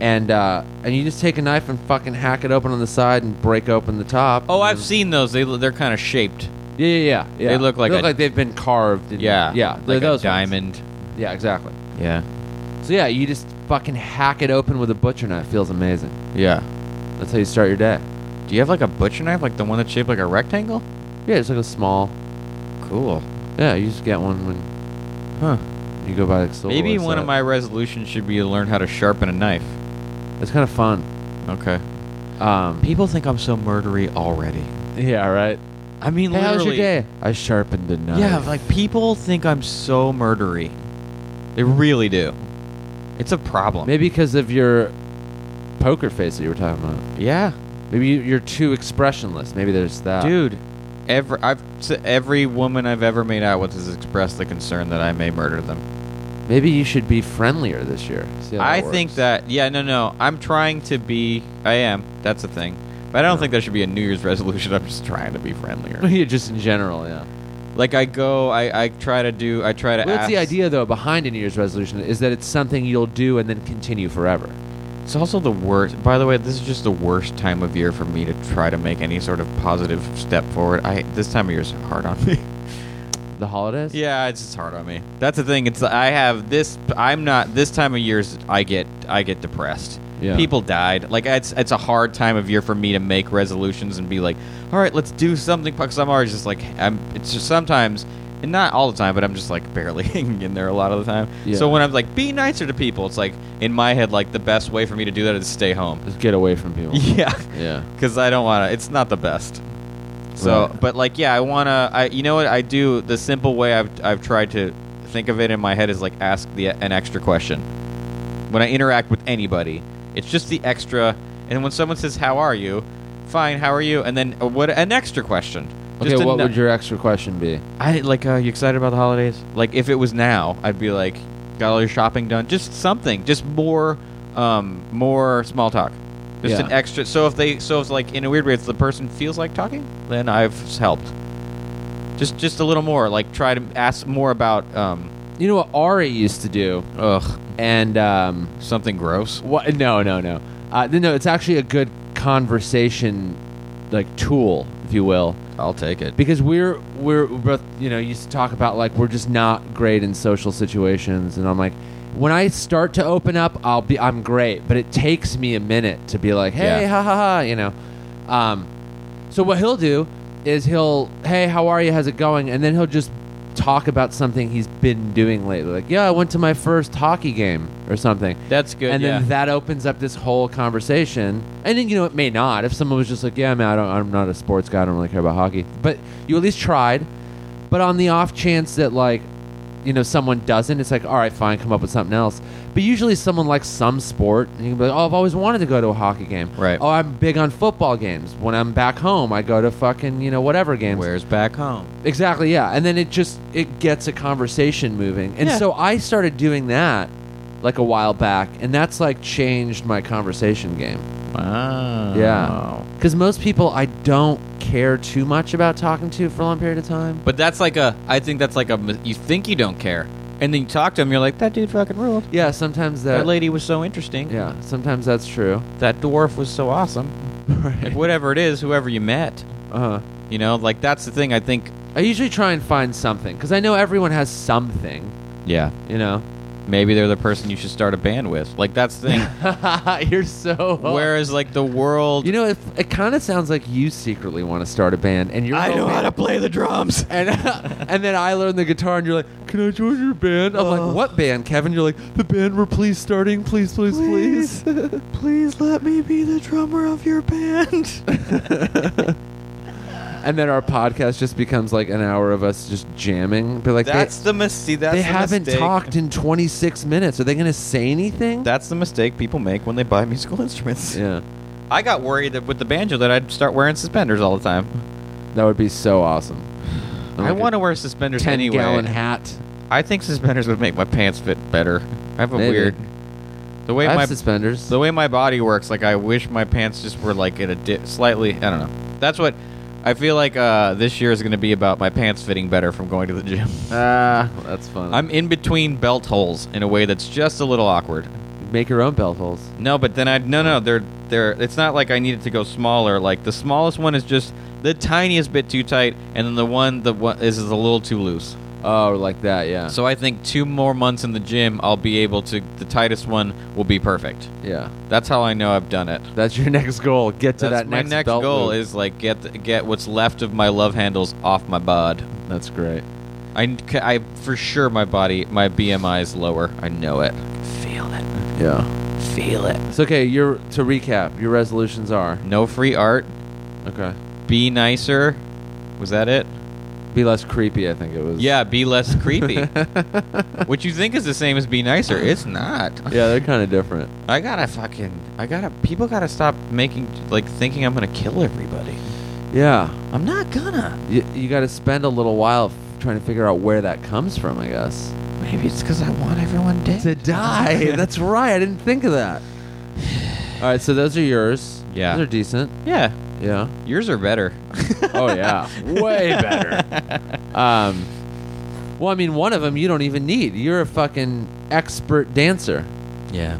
and uh, and you just take a knife and fucking hack it open on the side and break open the top. Oh, and I've then- seen those. They they're kind of shaped. Yeah, yeah, yeah. yeah. They look like they a- have been carved. And, Yeah. yeah. they're Like those ones. a diamond. Yeah, exactly. Yeah. So yeah, you just fucking hack it open with a butcher knife. Feels amazing. Yeah. That's how you start your day. Do you have like a butcher knife, like the one that's shaped like a rectangle? Yeah, it's like a small. Cool. Yeah, you just get one when Huh. you go by like Silver Maybe Lake's one of side. my resolutions should be to learn how to sharpen a knife. It's kind of fun. Okay. Um, People think I'm so murdery already. yeah, right. I mean, Hey, literally. how's your day? I sharpened a knife. Yeah, like people think I'm so murdery. They really do. It's a problem. maybe because of your poker face that you were talking about. Yeah, Maybe you- you're too expressionless. Maybe there's that. dude. Every Uh, I've s- every woman I've ever made out with has expressed the concern that I may murder them. Maybe you should be friendlier this year. See how I that think works. that yeah, no, no. I'm trying to be. I am. That's a thing. But I don't think that should be a New Year's resolution. (laughs) I'm just trying to (laughs) be friendlier. (laughs) Yeah, just in general, yeah. like I go, I, I try to do, I try to. Well, that's the ask- idea, though, behind a New Year's resolution is that it's something you'll do and then continue forever. It's also the worst. By the way, this is just the worst time of year for me to try to make any sort of positive step forward. I this time of year is hard on me. (laughs) The holidays? yeah, it's just hard on me. That's the thing. It's I have this. I'm not this time of year. I get I get depressed. Yeah. People died. Like it's it's a hard time of year for me to make resolutions and be like, all right, let's do something. Because I'm always just like I'm. It's just sometimes. And not all the time, but I'm just like barely (laughs) hanging in there a lot of the time. Yeah. So when I'm like, be nicer to people, it's like in my head, like the best way for me to do that is stay home. (laughs) Just get away from people. Yeah, (laughs) yeah. because I don't want to. It's not the best. So, Right. but like, yeah, I want to. I, you know what I do? The simple way I've I've tried to think of it in my head is like ask the an extra question when I interact with anybody. It's just the extra, and when someone says, "How are you?" Fine, how are you? And then uh, what? An extra question. Okay, Just a what no- would your extra question be? I like? Uh, you excited about the holidays? Like, if it was now, I'd be like, got all your shopping done. Just something. Just more, um, more small talk. Just Yeah. an extra. So if they, so if like in a weird way, if the person feels like talking, then I've helped. Just, just a little more. Like, try to ask more about, um, You know what Ari used to do? ugh, And, um, something gross. what? No, no, no. Uh, no, it's actually a good conversation, like, tool, if you will, I'll take it. because we're we're we're both you know used to talk about like we're just not great in social situations and i'm like when i start to open up i'll be i'm great but it takes me a minute to be like hey Yeah. ha ha ha you know um so what he'll do is he'll hey how are you how's it going and then he'll just talk about something he's been doing lately like yeah i went to my first hockey game or something That's good. and yeah. then that opens up this whole conversation. And then you know it may not. If someone was just like, "Yeah, man, I don't, I'm not a sports guy. I don't really care about hockey," but you at least tried. But on the off chance that like, you know, someone doesn't, it's like, all right, fine, come up with something else. But usually, someone likes some sport, and you can be like, "Oh, I've always wanted to go to a hockey game." Right. Oh, I'm big on football games. When I'm back home, I go to fucking you know whatever games. Where's back home? Exactly, yeah. And then it just it gets a conversation moving. And Yeah. so I started doing that like a while back, and that's like changed my conversation game. Oh, Wow. Yeah. Cuz most people I don't care too much about talking to for a long period of time. But that's like a. I think that's like a. You think you don't care, and then you talk to him. You're like, that dude fucking ruled. Yeah, sometimes that that lady was so interesting. Yeah, sometimes that's true. That dwarf was so awesome. Like whatever it is, whoever you met, Uh-huh. you know, like that's the thing. I think. I usually try and find something cuz I know everyone has something, Yeah. you know. Maybe they're the person you should start a band with. Like that's the thing. You're so Whereas like the world. You know, it, it kind of sounds like you secretly want to start a band and you're hoping- play the drums. and (laughs) and then I learn the guitar, and you're like, "Can I join your band?" I'm like, "What band, Kevin?" You're like, "The band we're please starting, please, please, please." Please let me be the drummer of your band. (laughs) and then our podcast just becomes like an hour of us just jamming. But like, (laughs) That's they, the mistake. That's they the haven't mistake. talked in 26 minutes. Are they going to say anything? That's the mistake people make when they buy musical instruments. yeah, I got worried that with the banjo that I'd start wearing suspenders all the time. that would be so awesome. I want to wear suspenders ten anyway. gallon hat. I think suspenders would make my pants fit better. I have a Maybe. weird the way I have my suspenders. the way my body works. Like I wish my pants just were like at a di- slightly. I don't know. That's what I feel like. Uh, this year is going to be about my pants fitting better from going to the gym. (laughs) Ah, that's fun. I'm in between belt holes in a way that's just a little awkward. Make your own belt holes. No, but then I no no they're they're it's not like I needed to go smaller. Like the smallest one is just the tiniest bit too tight, and then the one the one is, is a little too loose. Oh, like that, yeah, So I think two more months in the gym, I'll be able to. The tightest one will be perfect. yeah. That's how I know I've done it. That's your (laughs) next goal. Get to That's that my next, next, belt goal loop. is like get the, get what's left of my love handles off my bod. That's great. I, I for sure my body my BMI is lower. I know it. Feel it. Yeah. Feel it. So okay, your to recap, your resolutions are No free art. okay. Be nicer. Was that it? Be less creepy, I think it was. Yeah, be less (laughs) creepy. Which you think is the same as be nicer. It's not. yeah, they're kind of different. I gotta fucking. I gotta. People gotta stop making. Like, thinking I'm gonna kill everybody. Yeah, I'm not gonna. you, you got to spend a little while f- trying to figure out where that comes from, I guess. Maybe it's because I want everyone dead. To (laughs) (laughs) die. That's right. I didn't think of that. All right, so those are yours. Yeah. those are decent. Yeah. Yeah. Yours are better. Oh (laughs) yeah, way better. Um, well, I mean, one of them you don't even need. You're a fucking expert dancer. (laughs) Yeah.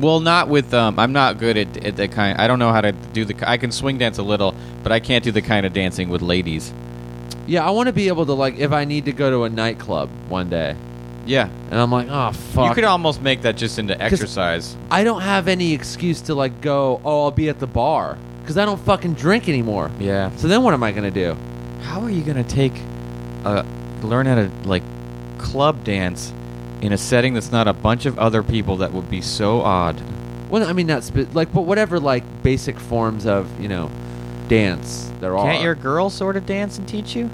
Well, not with. Um, I'm not good at, at the kind. I don't know how to do the. I can swing dance a little, but I can't do the kind of dancing with ladies. Yeah, I want to be able to like if I need to go to a nightclub one day. Yeah. And I'm like, oh fuck. You could almost make that just into exercise. I don't have any excuse to like go. Oh, I'll be at the bar because I don't fucking drink anymore. Yeah. So then what am I gonna do? How are you gonna take a learn how to like club dance in a setting that's not a bunch of other people? That would be so odd. Well, I mean not spe- like, but whatever like basic forms of you know dance there are. Can't your girl sort of dance and teach you?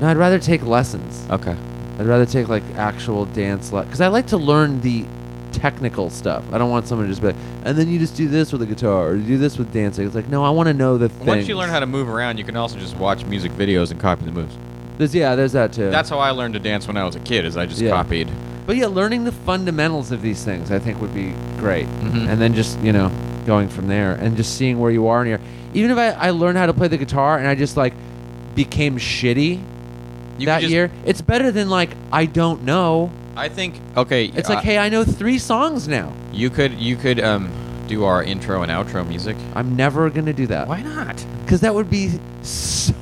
no, I'd rather take lessons. Okay. I'd rather take like actual dance lessons because I like to learn the technical stuff. I don't want someone to just be like, and then you just do this with the guitar or you do this with dancing. It's like, no, I want to know the things. Once you learn how to move around, you can also just watch music videos and copy the moves. There's, yeah, there's that too. That's how I learned to dance when I was a kid. Is I just Yeah. copied. But yeah, learning the fundamentals of these things, I think, would be great. Mhm. And then just you know, going from there and just seeing where you are in your. Even if I, I learned how to play the guitar and I just like became shitty You could that just- year, it's better than like I don't know. I think. Okay. It's uh, like, hey, I know three songs now. you could you could um do our intro and outro music. I'm never gonna do that. Why not? Because that would be so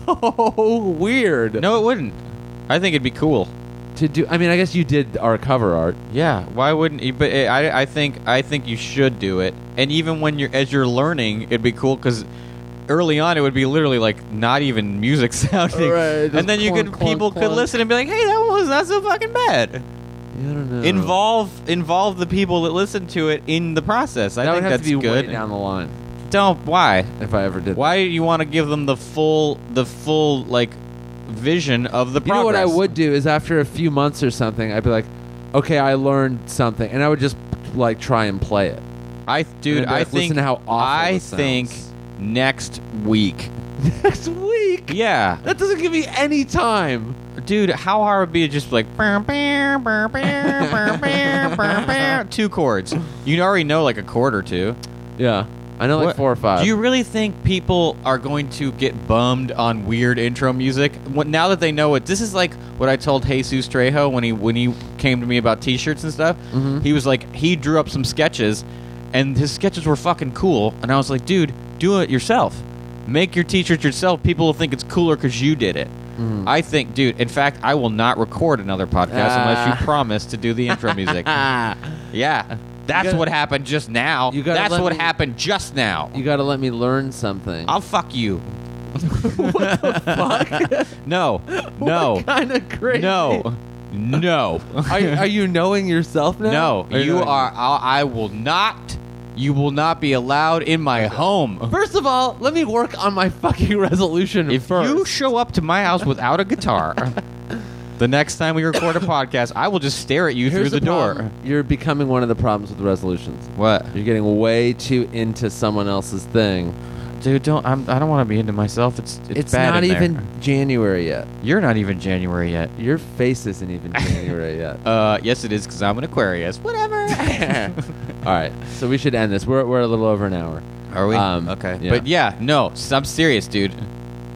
(laughs) weird. No, it wouldn't. I think it'd be cool. To do. I mean, I guess you did our cover art. Yeah, why wouldn't? You, but eh, I, I think I think you should do it. And even when you're as you're learning, it'd be cool because early on it would be literally like not even music (laughs) sounding, Right, just and then you could clunk, clunk, people could clunk. listen and be like, "Hey, that one was not so fucking bad." I don't know. Involve involve the people that listen to it in the process. I that think would have that's to be good. way down the line Don't why if I ever did. why do you want to give them the full the full like vision of the You know progress? what I would do is after a few months or something, I'd be like, okay, I learned something, and I would just like try and play (laughs) it. I dude, And then I listen think to how awful I this think sounds. next week. Next week. Yeah, That doesn't give me any time. dude, how hard would it be to just like "Brr, brr, brr, brr, brr, brr, brr, brr," two chords? You already know like a chord or two. Yeah, I know like What- four or five. Do you really think people are going to get bummed on weird intro music What- now that they know it? This is like what I told Jesus Trejo when he when he came to me about T-shirts and stuff. Mm-hmm. He was like, he drew up some sketches, and his sketches were fucking cool. And I was like, dude, do it yourself. Make your T-shirts yourself. People will think it's cooler because you did it. Mm. I think, dude. In fact, I will not record another podcast unless Ah. (laughs) you promise to do the intro music. ah, Yeah, that's gotta- what happened just now. You gotta That's let what me- happened just now. you got to let me learn something. (laughs) I'll fuck you. what the fuck? No, (laughs) no, kind of crazy. no, (laughs) no, Are, are you knowing yourself now? no. Or You knowing- are. I, I will not. You will not be allowed in my home. First of all, let me work on my fucking (laughs) resolution If first. you show up to my house without a (laughs) guitar, the next time we record a podcast, I will just stare at you Here's through the, door. problem. You're becoming one of the problems with resolutions. What, You're getting way too into someone else's thing. dude? Don't. I'm, I don't want to be into myself. It's it's, It's, bad not in there. even January yet. You're not even January yet. Your face isn't even (laughs) January yet. Uh, yes, it is because I'm an Aquarius. (laughs) Whatever. All right, so we should end this. We're, we're a little over an hour. Are we? Um, okay. yeah. But yeah, no, s- I'm serious, dude.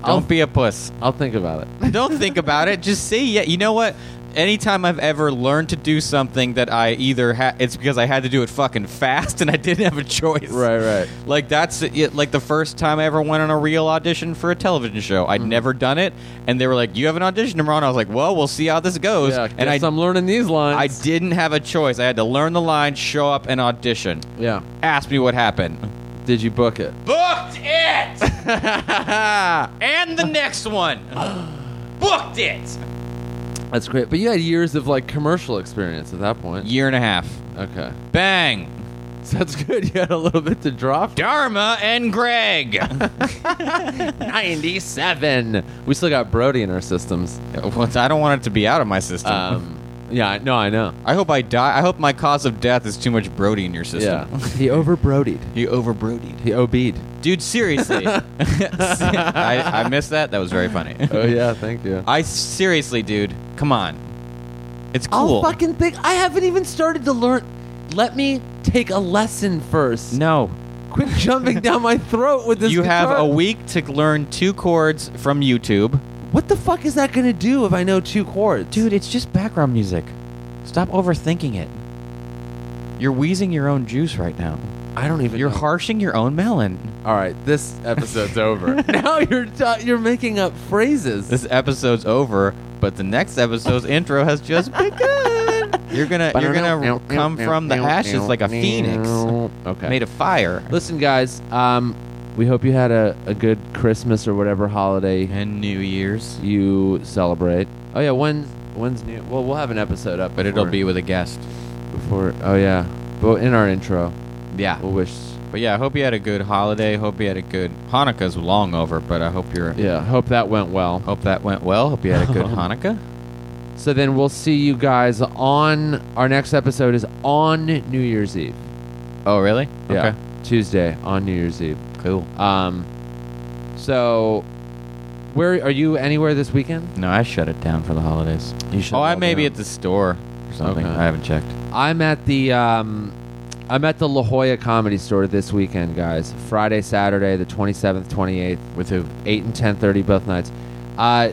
I'll- Don't be a puss. I'll think about it. Don't think about it. Just say yeah. You know what? Anytime I've ever learned to do something that I either ha- it's because I had to do it fucking fast and I didn't have a choice. Right, right. Like that's it. Like the first time I ever went on a real audition for a television show, I'd Mm-hmm. never done it, and they were like, "You have an audition tomorrow." And I was like, "Well, we'll see how this goes." Yeah, and I guess I'm learning these I lines. didn't have a choice. I had to learn the line, show up, and audition. yeah. Ask me what happened. Did you book it? Booked it! (laughs) and the next (gasps) one. Booked it! That's great. But you had years of like commercial experience at that point. Year and a half. Okay, (laughs) Bang. so that's good. You had a little bit to draw. from. Dharma and (laughs) Greg. (laughs) Ninety-seven. We still got Brody in our systems. What? I don't want it to be out of my system. Um, yeah. I- No, I know. I hope I die. I hope my cause of death is too much Brody in your system. Yeah. he over Brodied. (laughs) He over Brodied. He OB'd. Dude, (laughs) seriously. I, I missed that. That was very funny. Oh yeah, thank you. I seriously, dude. Come on. It's cool. I'll fucking think. I haven't even started to learn. Let me take a lesson first. no. Quit jumping down my throat with this. You have guitar. a week to learn two chords from YouTube. What the fuck is that gonna do if I know two chords, Dude, it's just background music. Stop overthinking it. You're wheezing your own juice right now. I don't even. (laughs) You're know. harshing your own melon. All right, this episode's (laughs) over. Now you're ta- you're making up phrases. This episode's over, but the next episode's intro has just begun. You're gonna you're gonna come from the ashes like a phoenix Okay. made of fire. Listen, guys. Um, we hope you had a, a good Christmas or whatever holiday And New Year's, you celebrate. Oh yeah, when's when's new? Well, we'll have an episode up, but it'll before- be with a guest. before. Oh yeah, but in our intro, Yeah, we'll wish. but yeah, I hope you had a good holiday. Hope you had a good Hanukkah's long over, but I hope you're Yeah, hope that went well. hope that went well. Hope you had a (laughs) good Hanukkah. So then we'll see you guys on our next episode is on New Year's Eve. Oh, really? Yeah, Tuesday on New Year's Eve. Okay. Cool. Um, so where are you anywhere this weekend? No, I shut it down for the holidays. You should Oh, I all may be go. at the store or something. Okay. I haven't checked. I'm at the um, I'm at the La Jolla Comedy Store this weekend, guys. Friday, Saturday, the 27th, 28th, With who? eight and 10:30 both nights. Uh,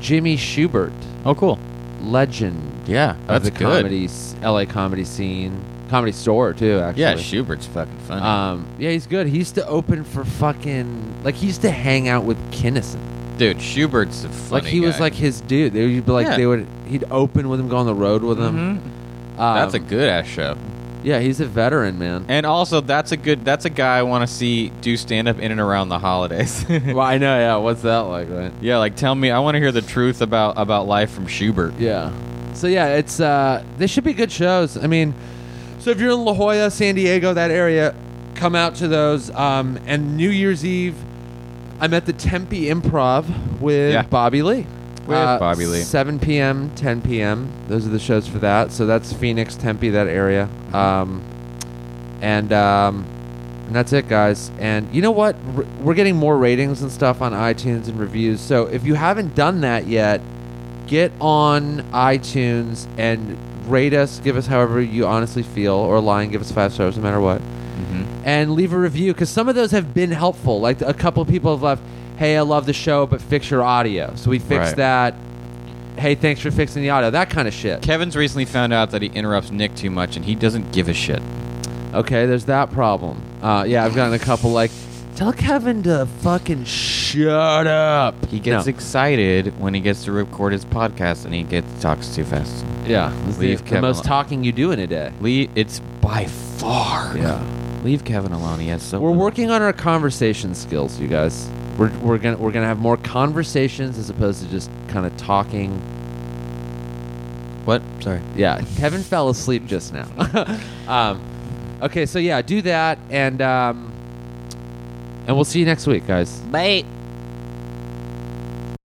Jimmy Schubert, Oh, cool. legend Yeah, of that's the good. comedy s- LA comedy scene, Comedy Store too. Actually, Yeah, Schubert's fucking funny. Um, yeah, he's good. He used to open for fucking like he used to hang out with Kinnison. Dude, Schubert's a funny Like he was guy. like his dude. They would be like Yeah. they would he'd open with him, go on the Mm-hmm. road with him. Um, Mhm. That's a good ass show. yeah. He's a veteran, (laughs) man. And also, that's a good. That's a guy I want to see do stand up in and around the holidays. (laughs) well, I know. Yeah, what's that like, right? yeah, like tell me, I want to hear the truth about about life from Schubert. Yeah. So yeah, it's uh, they should be good shows. I mean, so if you're in La Jolla, San Diego, that area, come out to those. Um, and New Year's Eve, I'm at the Tempe Improv with Yeah. Bobby Lee. Uh, With Bobby Lee. 7 p.m., 10 p.m. Those are the shows for that. So that's Phoenix, Tempe, that area. Um, and um, and that's it, guys. And you know what? R- We're getting more ratings and stuff on iTunes and reviews. So if you haven't done that yet, get on iTunes and rate us. Give us however you honestly feel, or line. Give us five stars, no matter what Mm-hmm. and leave a review because some of those have been helpful. Like a couple of people have left, "Hey, I love the show, but fix your audio." So we fixed Right. that. Hey, thanks for fixing the audio. That kind of shit. Kevin's recently found out that he interrupts Nick too much, and he doesn't give a shit. Okay, there's that problem. Uh, yeah, I've gotten a couple like, "Tell Kevin to fucking shut up." He gets No. excited when he gets to record his podcast, and he gets talks too fast. yeah. it's the- leave the, Kevin most alone. talking you do in a day. Lee, it's by far. leave Kevin alone. He has so. We're little- working on our conversation skills, you guys. We're, we're gonna we're gonna have more conversations as opposed to just kind of talking What? Sorry. Yeah, Kevin fell asleep just now. (laughs) um, okay, so yeah, do that, and um, and we'll see you next week, guys. Bye.